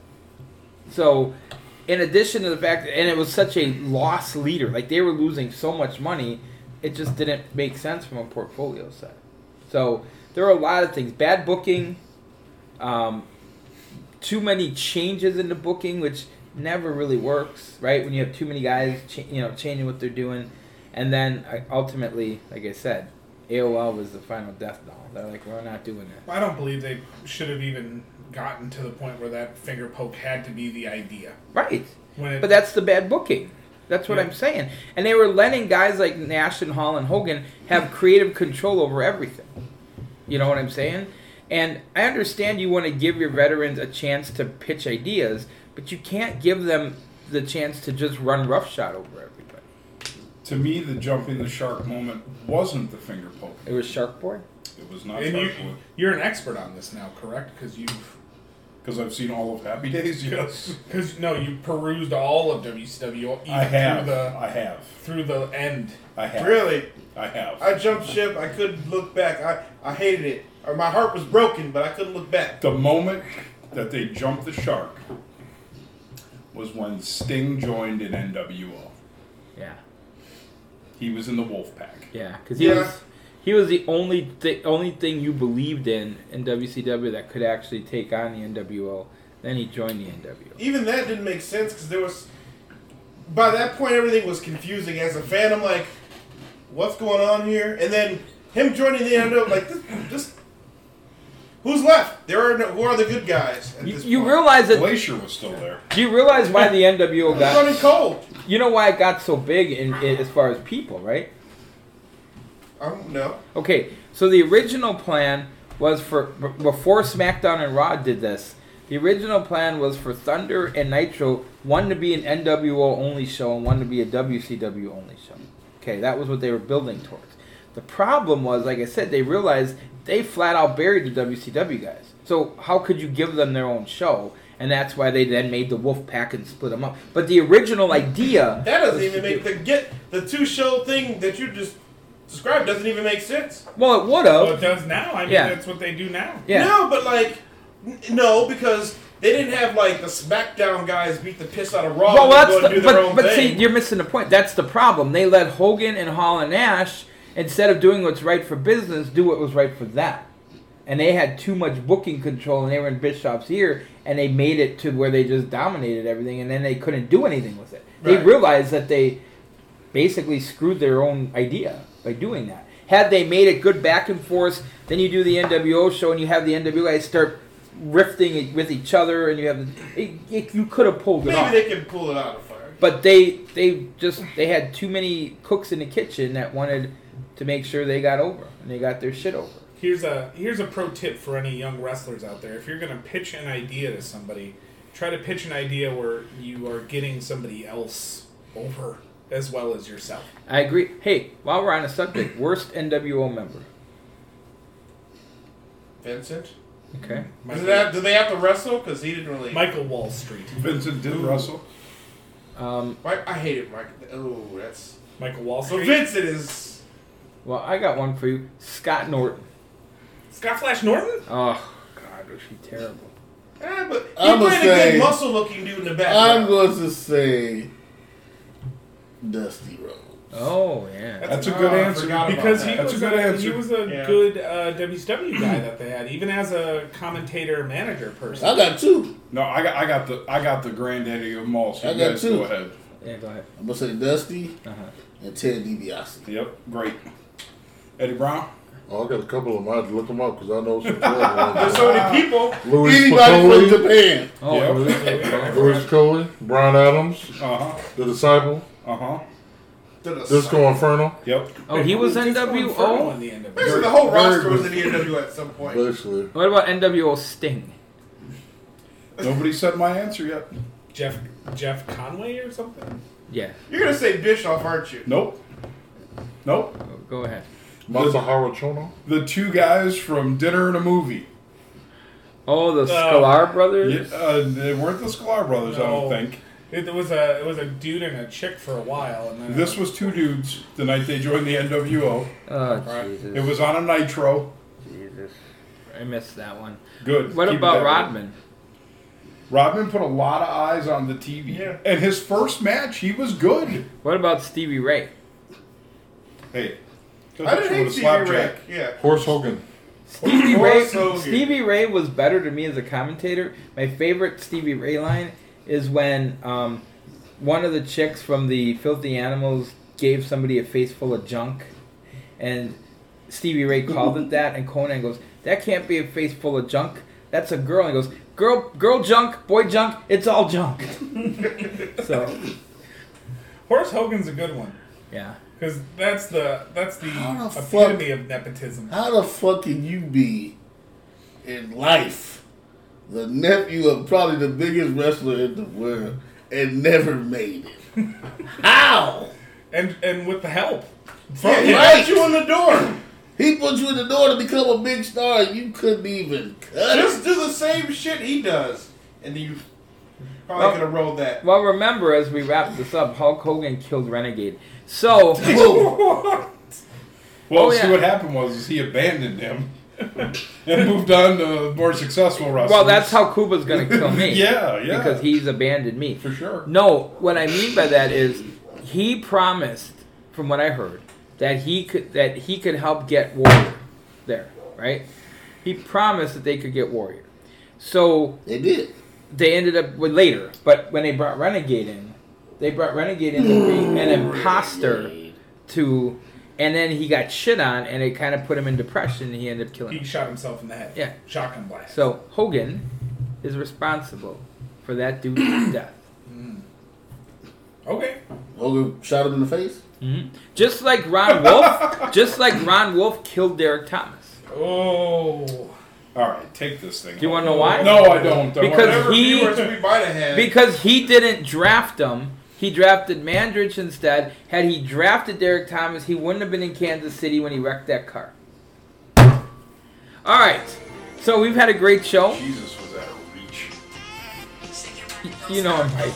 Speaker 3: So, in addition to the fact, that, and it was such a loss leader, like they were losing so much money, it just didn't make sense from a portfolio side. So there are a lot of things: bad booking, um, too many changes in the booking, which never really works, right? When you have too many guys, cha- you know, changing what they're doing, and then uh, ultimately, like I said, AOL was the final death knell. They're like, we're not doing that.
Speaker 4: I don't believe they should have even gotten to the point where that finger poke had to be the idea.
Speaker 3: Right.
Speaker 4: When it,
Speaker 3: But that's the bad booking. That's what
Speaker 4: Yeah.
Speaker 3: I'm saying. And they were letting guys like Nash and Hall and Hogan have creative control over everything. You know what I'm saying? And I understand you want to give your veterans a chance to pitch ideas, but you can't give them the chance to just run roughshod over everybody.
Speaker 2: To me, the jumping the shark moment wasn't the finger poke.
Speaker 3: It was Shark Boy.
Speaker 2: It was not
Speaker 4: and
Speaker 2: shark
Speaker 4: you, you're an expert on this now, correct? Because you,
Speaker 2: Because I've seen all of Happy Days, [LAUGHS] yes.
Speaker 4: because no, you perused all of WCW. even
Speaker 2: I have.
Speaker 4: E Through the,
Speaker 2: I have.
Speaker 4: through the end.
Speaker 2: I have.
Speaker 5: Really?
Speaker 2: I have.
Speaker 5: I jumped ship. I couldn't look back. I, I hated it. Or my heart was broken, but I couldn't look back.
Speaker 2: the moment that they jumped the shark was when Sting joined in NWO.
Speaker 3: Yeah.
Speaker 2: He was in the Wolf Pack.
Speaker 3: Yeah, because he
Speaker 5: Yeah.
Speaker 3: was he was the only th- only thing you believed in in WCW that could actually take on the NWO. Then he joined the NWO.
Speaker 5: Even that didn't make sense because there was. By that point, everything was confusing. As a fan, I'm like, what's going on here? And then him joining the end up, like, this, this. Who's left? There are no, who are the good guys at
Speaker 3: You,
Speaker 5: this
Speaker 3: you
Speaker 5: point?
Speaker 3: realize that
Speaker 2: Glacier was still there.
Speaker 3: Do you realize why the NWO
Speaker 5: It's running
Speaker 3: got?
Speaker 5: cold.
Speaker 3: You know why it got so big in, in as far as people, right?
Speaker 5: I don't know.
Speaker 3: Okay, so the original plan was for b- before SmackDown and Raw did this. The original plan was for Thunder and Nitro, one to be an NWO only show and one to be a WCW only show. Okay, that was what they were building towards. The problem was, like I said, they realized they flat out buried the WCW guys. So how could you give them their own show? And that's why they then made the Wolf Pack and split them up. But the original idea
Speaker 5: That doesn't
Speaker 3: was
Speaker 5: even
Speaker 3: to
Speaker 5: make
Speaker 3: do-
Speaker 5: the get the two show thing that you just described doesn't even make sense.
Speaker 3: well, it would have.
Speaker 4: Well, it does now. I mean,
Speaker 3: Oh. Yeah.
Speaker 4: that's what they do now.
Speaker 3: Yeah.
Speaker 5: No, but like, n- no, because they didn't have like the SmackDown guys beat the piss out of Raw
Speaker 3: Well,
Speaker 5: and
Speaker 3: that's
Speaker 5: go and
Speaker 3: the,
Speaker 5: do their
Speaker 3: but,
Speaker 5: own
Speaker 3: but see,
Speaker 5: thing.
Speaker 3: you're missing the point. That's the problem. They let Hogan and Hall and Nash, instead of doing what's right for business, do what was right for them. And they had too much booking control, and they were in Bischoff's ear, and they made it to where they just dominated everything, and then they couldn't do anything with it. They
Speaker 5: Right.
Speaker 3: realized that they basically screwed their own idea by doing that. Had they made it good back and forth, then you do the NWO show and you have the NWO guys start rifting it with each other, and you have the, it, it, you could have pulled it
Speaker 5: Maybe
Speaker 3: off.
Speaker 5: they can pull it out of fire.
Speaker 3: But they they just they had too many cooks in the kitchen that wanted to make sure they got over and they got their shit over.
Speaker 4: Here's a here's a pro tip for any young wrestlers out there. If you're gonna pitch an idea to somebody, try to pitch an idea where you are getting somebody else over as well as yourself.
Speaker 3: I agree. Hey, while we're on the subject, worst NWO member.
Speaker 5: Vincent,
Speaker 3: Okay.
Speaker 5: Does
Speaker 4: Michael,
Speaker 5: it have, do they have to wrestle? Because he didn't really.
Speaker 4: Michael Wall Street.
Speaker 2: Vincent did wrestle.
Speaker 3: Um,
Speaker 5: Mike- I hated Mike. Oh, that's
Speaker 4: Michael Wall
Speaker 2: Oh,
Speaker 5: so.
Speaker 4: Street.
Speaker 5: Vincent is
Speaker 3: Well, I got one for you. Scott Norton.
Speaker 4: Scott Flash Norton?
Speaker 3: Oh, God, would be terrible.
Speaker 5: Eh, but he
Speaker 6: I'ma
Speaker 5: played a
Speaker 6: say-
Speaker 5: good muscle looking dude in the background.
Speaker 6: I'm going to say Dusty Rhodes.
Speaker 3: Oh, yeah.
Speaker 2: That's a good
Speaker 4: I
Speaker 2: answer.
Speaker 4: forgot about Because
Speaker 2: that.
Speaker 4: he
Speaker 2: That's
Speaker 4: was
Speaker 2: a good
Speaker 4: a,
Speaker 2: answer.
Speaker 4: He was a
Speaker 5: Yeah.
Speaker 4: good uh, WCW guy that they had, even as a commentator manager person.
Speaker 6: I got two.
Speaker 2: No, I got I got the I got the granddaddy of them all. So
Speaker 6: I
Speaker 2: you
Speaker 6: got
Speaker 2: guys
Speaker 6: two.
Speaker 2: go ahead.
Speaker 3: Yeah, go ahead.
Speaker 6: I'm going to say Dusty
Speaker 3: Uh-huh.
Speaker 6: and Ted DiBiase.
Speaker 2: Yep, great. Eddie Brown.
Speaker 1: Oh, I got a couple of them. I had to look them up because I know [LAUGHS] some terrible
Speaker 5: There's
Speaker 1: ones.
Speaker 5: so many people.
Speaker 1: Louis
Speaker 6: Anybody from
Speaker 1: Piccoli,
Speaker 6: Japan.
Speaker 3: Oh,
Speaker 2: Yep.
Speaker 3: Louis-
Speaker 1: Louis Piccoli, Brian Adams,
Speaker 2: Uh huh.
Speaker 1: The Disciple,
Speaker 2: Uh huh.
Speaker 5: To the side.
Speaker 1: Disco Inferno.
Speaker 2: Yep.
Speaker 3: oh, he was
Speaker 4: Just going Inferno in
Speaker 3: NWO.
Speaker 4: the end of it.
Speaker 5: Basically, the whole
Speaker 1: Very
Speaker 5: roster was
Speaker 1: good.
Speaker 5: in the NW at some point.
Speaker 1: Basically,
Speaker 3: What about NWO Sting?
Speaker 2: Nobody said my answer yet.
Speaker 4: Jeff Jeff Conway or something?
Speaker 3: Yeah,
Speaker 5: You're gonna say Bischoff, aren't you?
Speaker 2: Nope. Nope.
Speaker 3: go- go ahead.
Speaker 1: Masahiro Chono.
Speaker 2: The two guys from Dinner and a Movie.
Speaker 3: Oh, the Scalar
Speaker 2: Uh, Yeah,
Speaker 3: brothers.
Speaker 2: uh, they weren't the Sklar brothers, I
Speaker 4: No.
Speaker 2: don't think.
Speaker 4: It was a it was a dude and a chick for a while, and then
Speaker 2: This was two dudes the night they joined the NWO.
Speaker 3: Oh,
Speaker 4: Right.
Speaker 3: Jesus,
Speaker 2: It was on a Nitro.
Speaker 3: Jesus. I missed that one.
Speaker 2: Good.
Speaker 3: What
Speaker 2: Keep it that
Speaker 3: about
Speaker 2: way.
Speaker 3: Rodman?
Speaker 2: Rodman put a lot of eyes on the TV.
Speaker 5: Yeah.
Speaker 2: And his first match, he was good.
Speaker 3: What about Stevie Ray?
Speaker 2: Hey.
Speaker 5: I didn't hate
Speaker 2: With a
Speaker 5: TV
Speaker 2: slapjack.
Speaker 5: Rick. Yeah.
Speaker 1: Horse Hogan.
Speaker 3: Stevie Ray,
Speaker 5: so good.
Speaker 3: Stevie Ray was better to me as a commentator. My favorite Stevie Ray line is when um, one of the chicks from the Filthy Animals gave somebody a face full of junk, and Stevie Ray called it that, and Conan goes, "That can't be a face full of junk. That's a girl." And he goes, "Girl, girl junk, boy junk. It's all junk." so,
Speaker 4: Horace Hogan's a good one
Speaker 3: yeah.
Speaker 4: because that's the that's the
Speaker 6: How the
Speaker 4: epitome of nepotism.
Speaker 6: How the fuck can you be in life the nephew of probably the biggest wrestler in the world and never made it?
Speaker 5: [LAUGHS]
Speaker 6: How?
Speaker 4: And and with the help,
Speaker 5: Yeah, he
Speaker 6: Right.
Speaker 5: got you in the door.
Speaker 6: He put you in the door to become a big star and you couldn't even cut
Speaker 5: [COUGHS]
Speaker 6: it.
Speaker 5: Just do the same shit he does, and then you probably
Speaker 3: Well-
Speaker 5: could have rolled that.
Speaker 3: Well, remember as we wrap this up, Hulk Hogan killed Renegade. So.
Speaker 6: Boom.
Speaker 2: Well,
Speaker 3: Oh,
Speaker 2: see
Speaker 3: yeah.
Speaker 2: what happened was is he abandoned him [LAUGHS] and moved on to more successful wrestlers.
Speaker 3: Well, that's how Cuba's gonna kill
Speaker 2: [LAUGHS]
Speaker 3: me.
Speaker 2: Yeah, yeah.
Speaker 3: Because he's abandoned me.
Speaker 2: for sure.
Speaker 3: No, what I mean by that is he promised, from what I heard, that he could that he could help get Warrior there, right? He promised that they could get Warrior. So
Speaker 6: They did.
Speaker 3: they ended up with later, but when they brought Renegade in, they brought Renegade in to be an imposter to and then he got shit on and it kind of put him in depression and he ended up killing
Speaker 4: he
Speaker 3: him.
Speaker 4: shot himself in the head.
Speaker 3: Yeah.
Speaker 4: shotgun blast.
Speaker 3: So Hogan is responsible for that dude's death.
Speaker 4: okay,
Speaker 6: Hogan shot him in the face.
Speaker 3: Hmm? Just like Ron Wolf, just like Ron Wolf killed Derek Thomas.
Speaker 4: oh,
Speaker 2: All right, take this thing.
Speaker 3: Do you want to know why?
Speaker 2: No, I don't. I
Speaker 3: Because
Speaker 2: whatever.
Speaker 5: Whatever
Speaker 3: he-
Speaker 5: viewers we might have had.
Speaker 3: Because he didn't draft him. He drafted Mandrich instead. Had he drafted Derek Thomas, he wouldn't have been in Kansas City when he wrecked that car. All right. So we've had a great show.
Speaker 2: Jesus was out of reach.
Speaker 3: [LAUGHS] You know I'm right.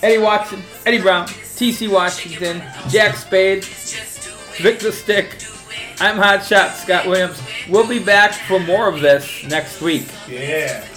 Speaker 3: Eddie Watson, Eddie Brown, TC Washington, Jack Spade, Vic the Stick. I'm Hotshot Scott Williams. We'll be back for more of this next week.
Speaker 4: yeah.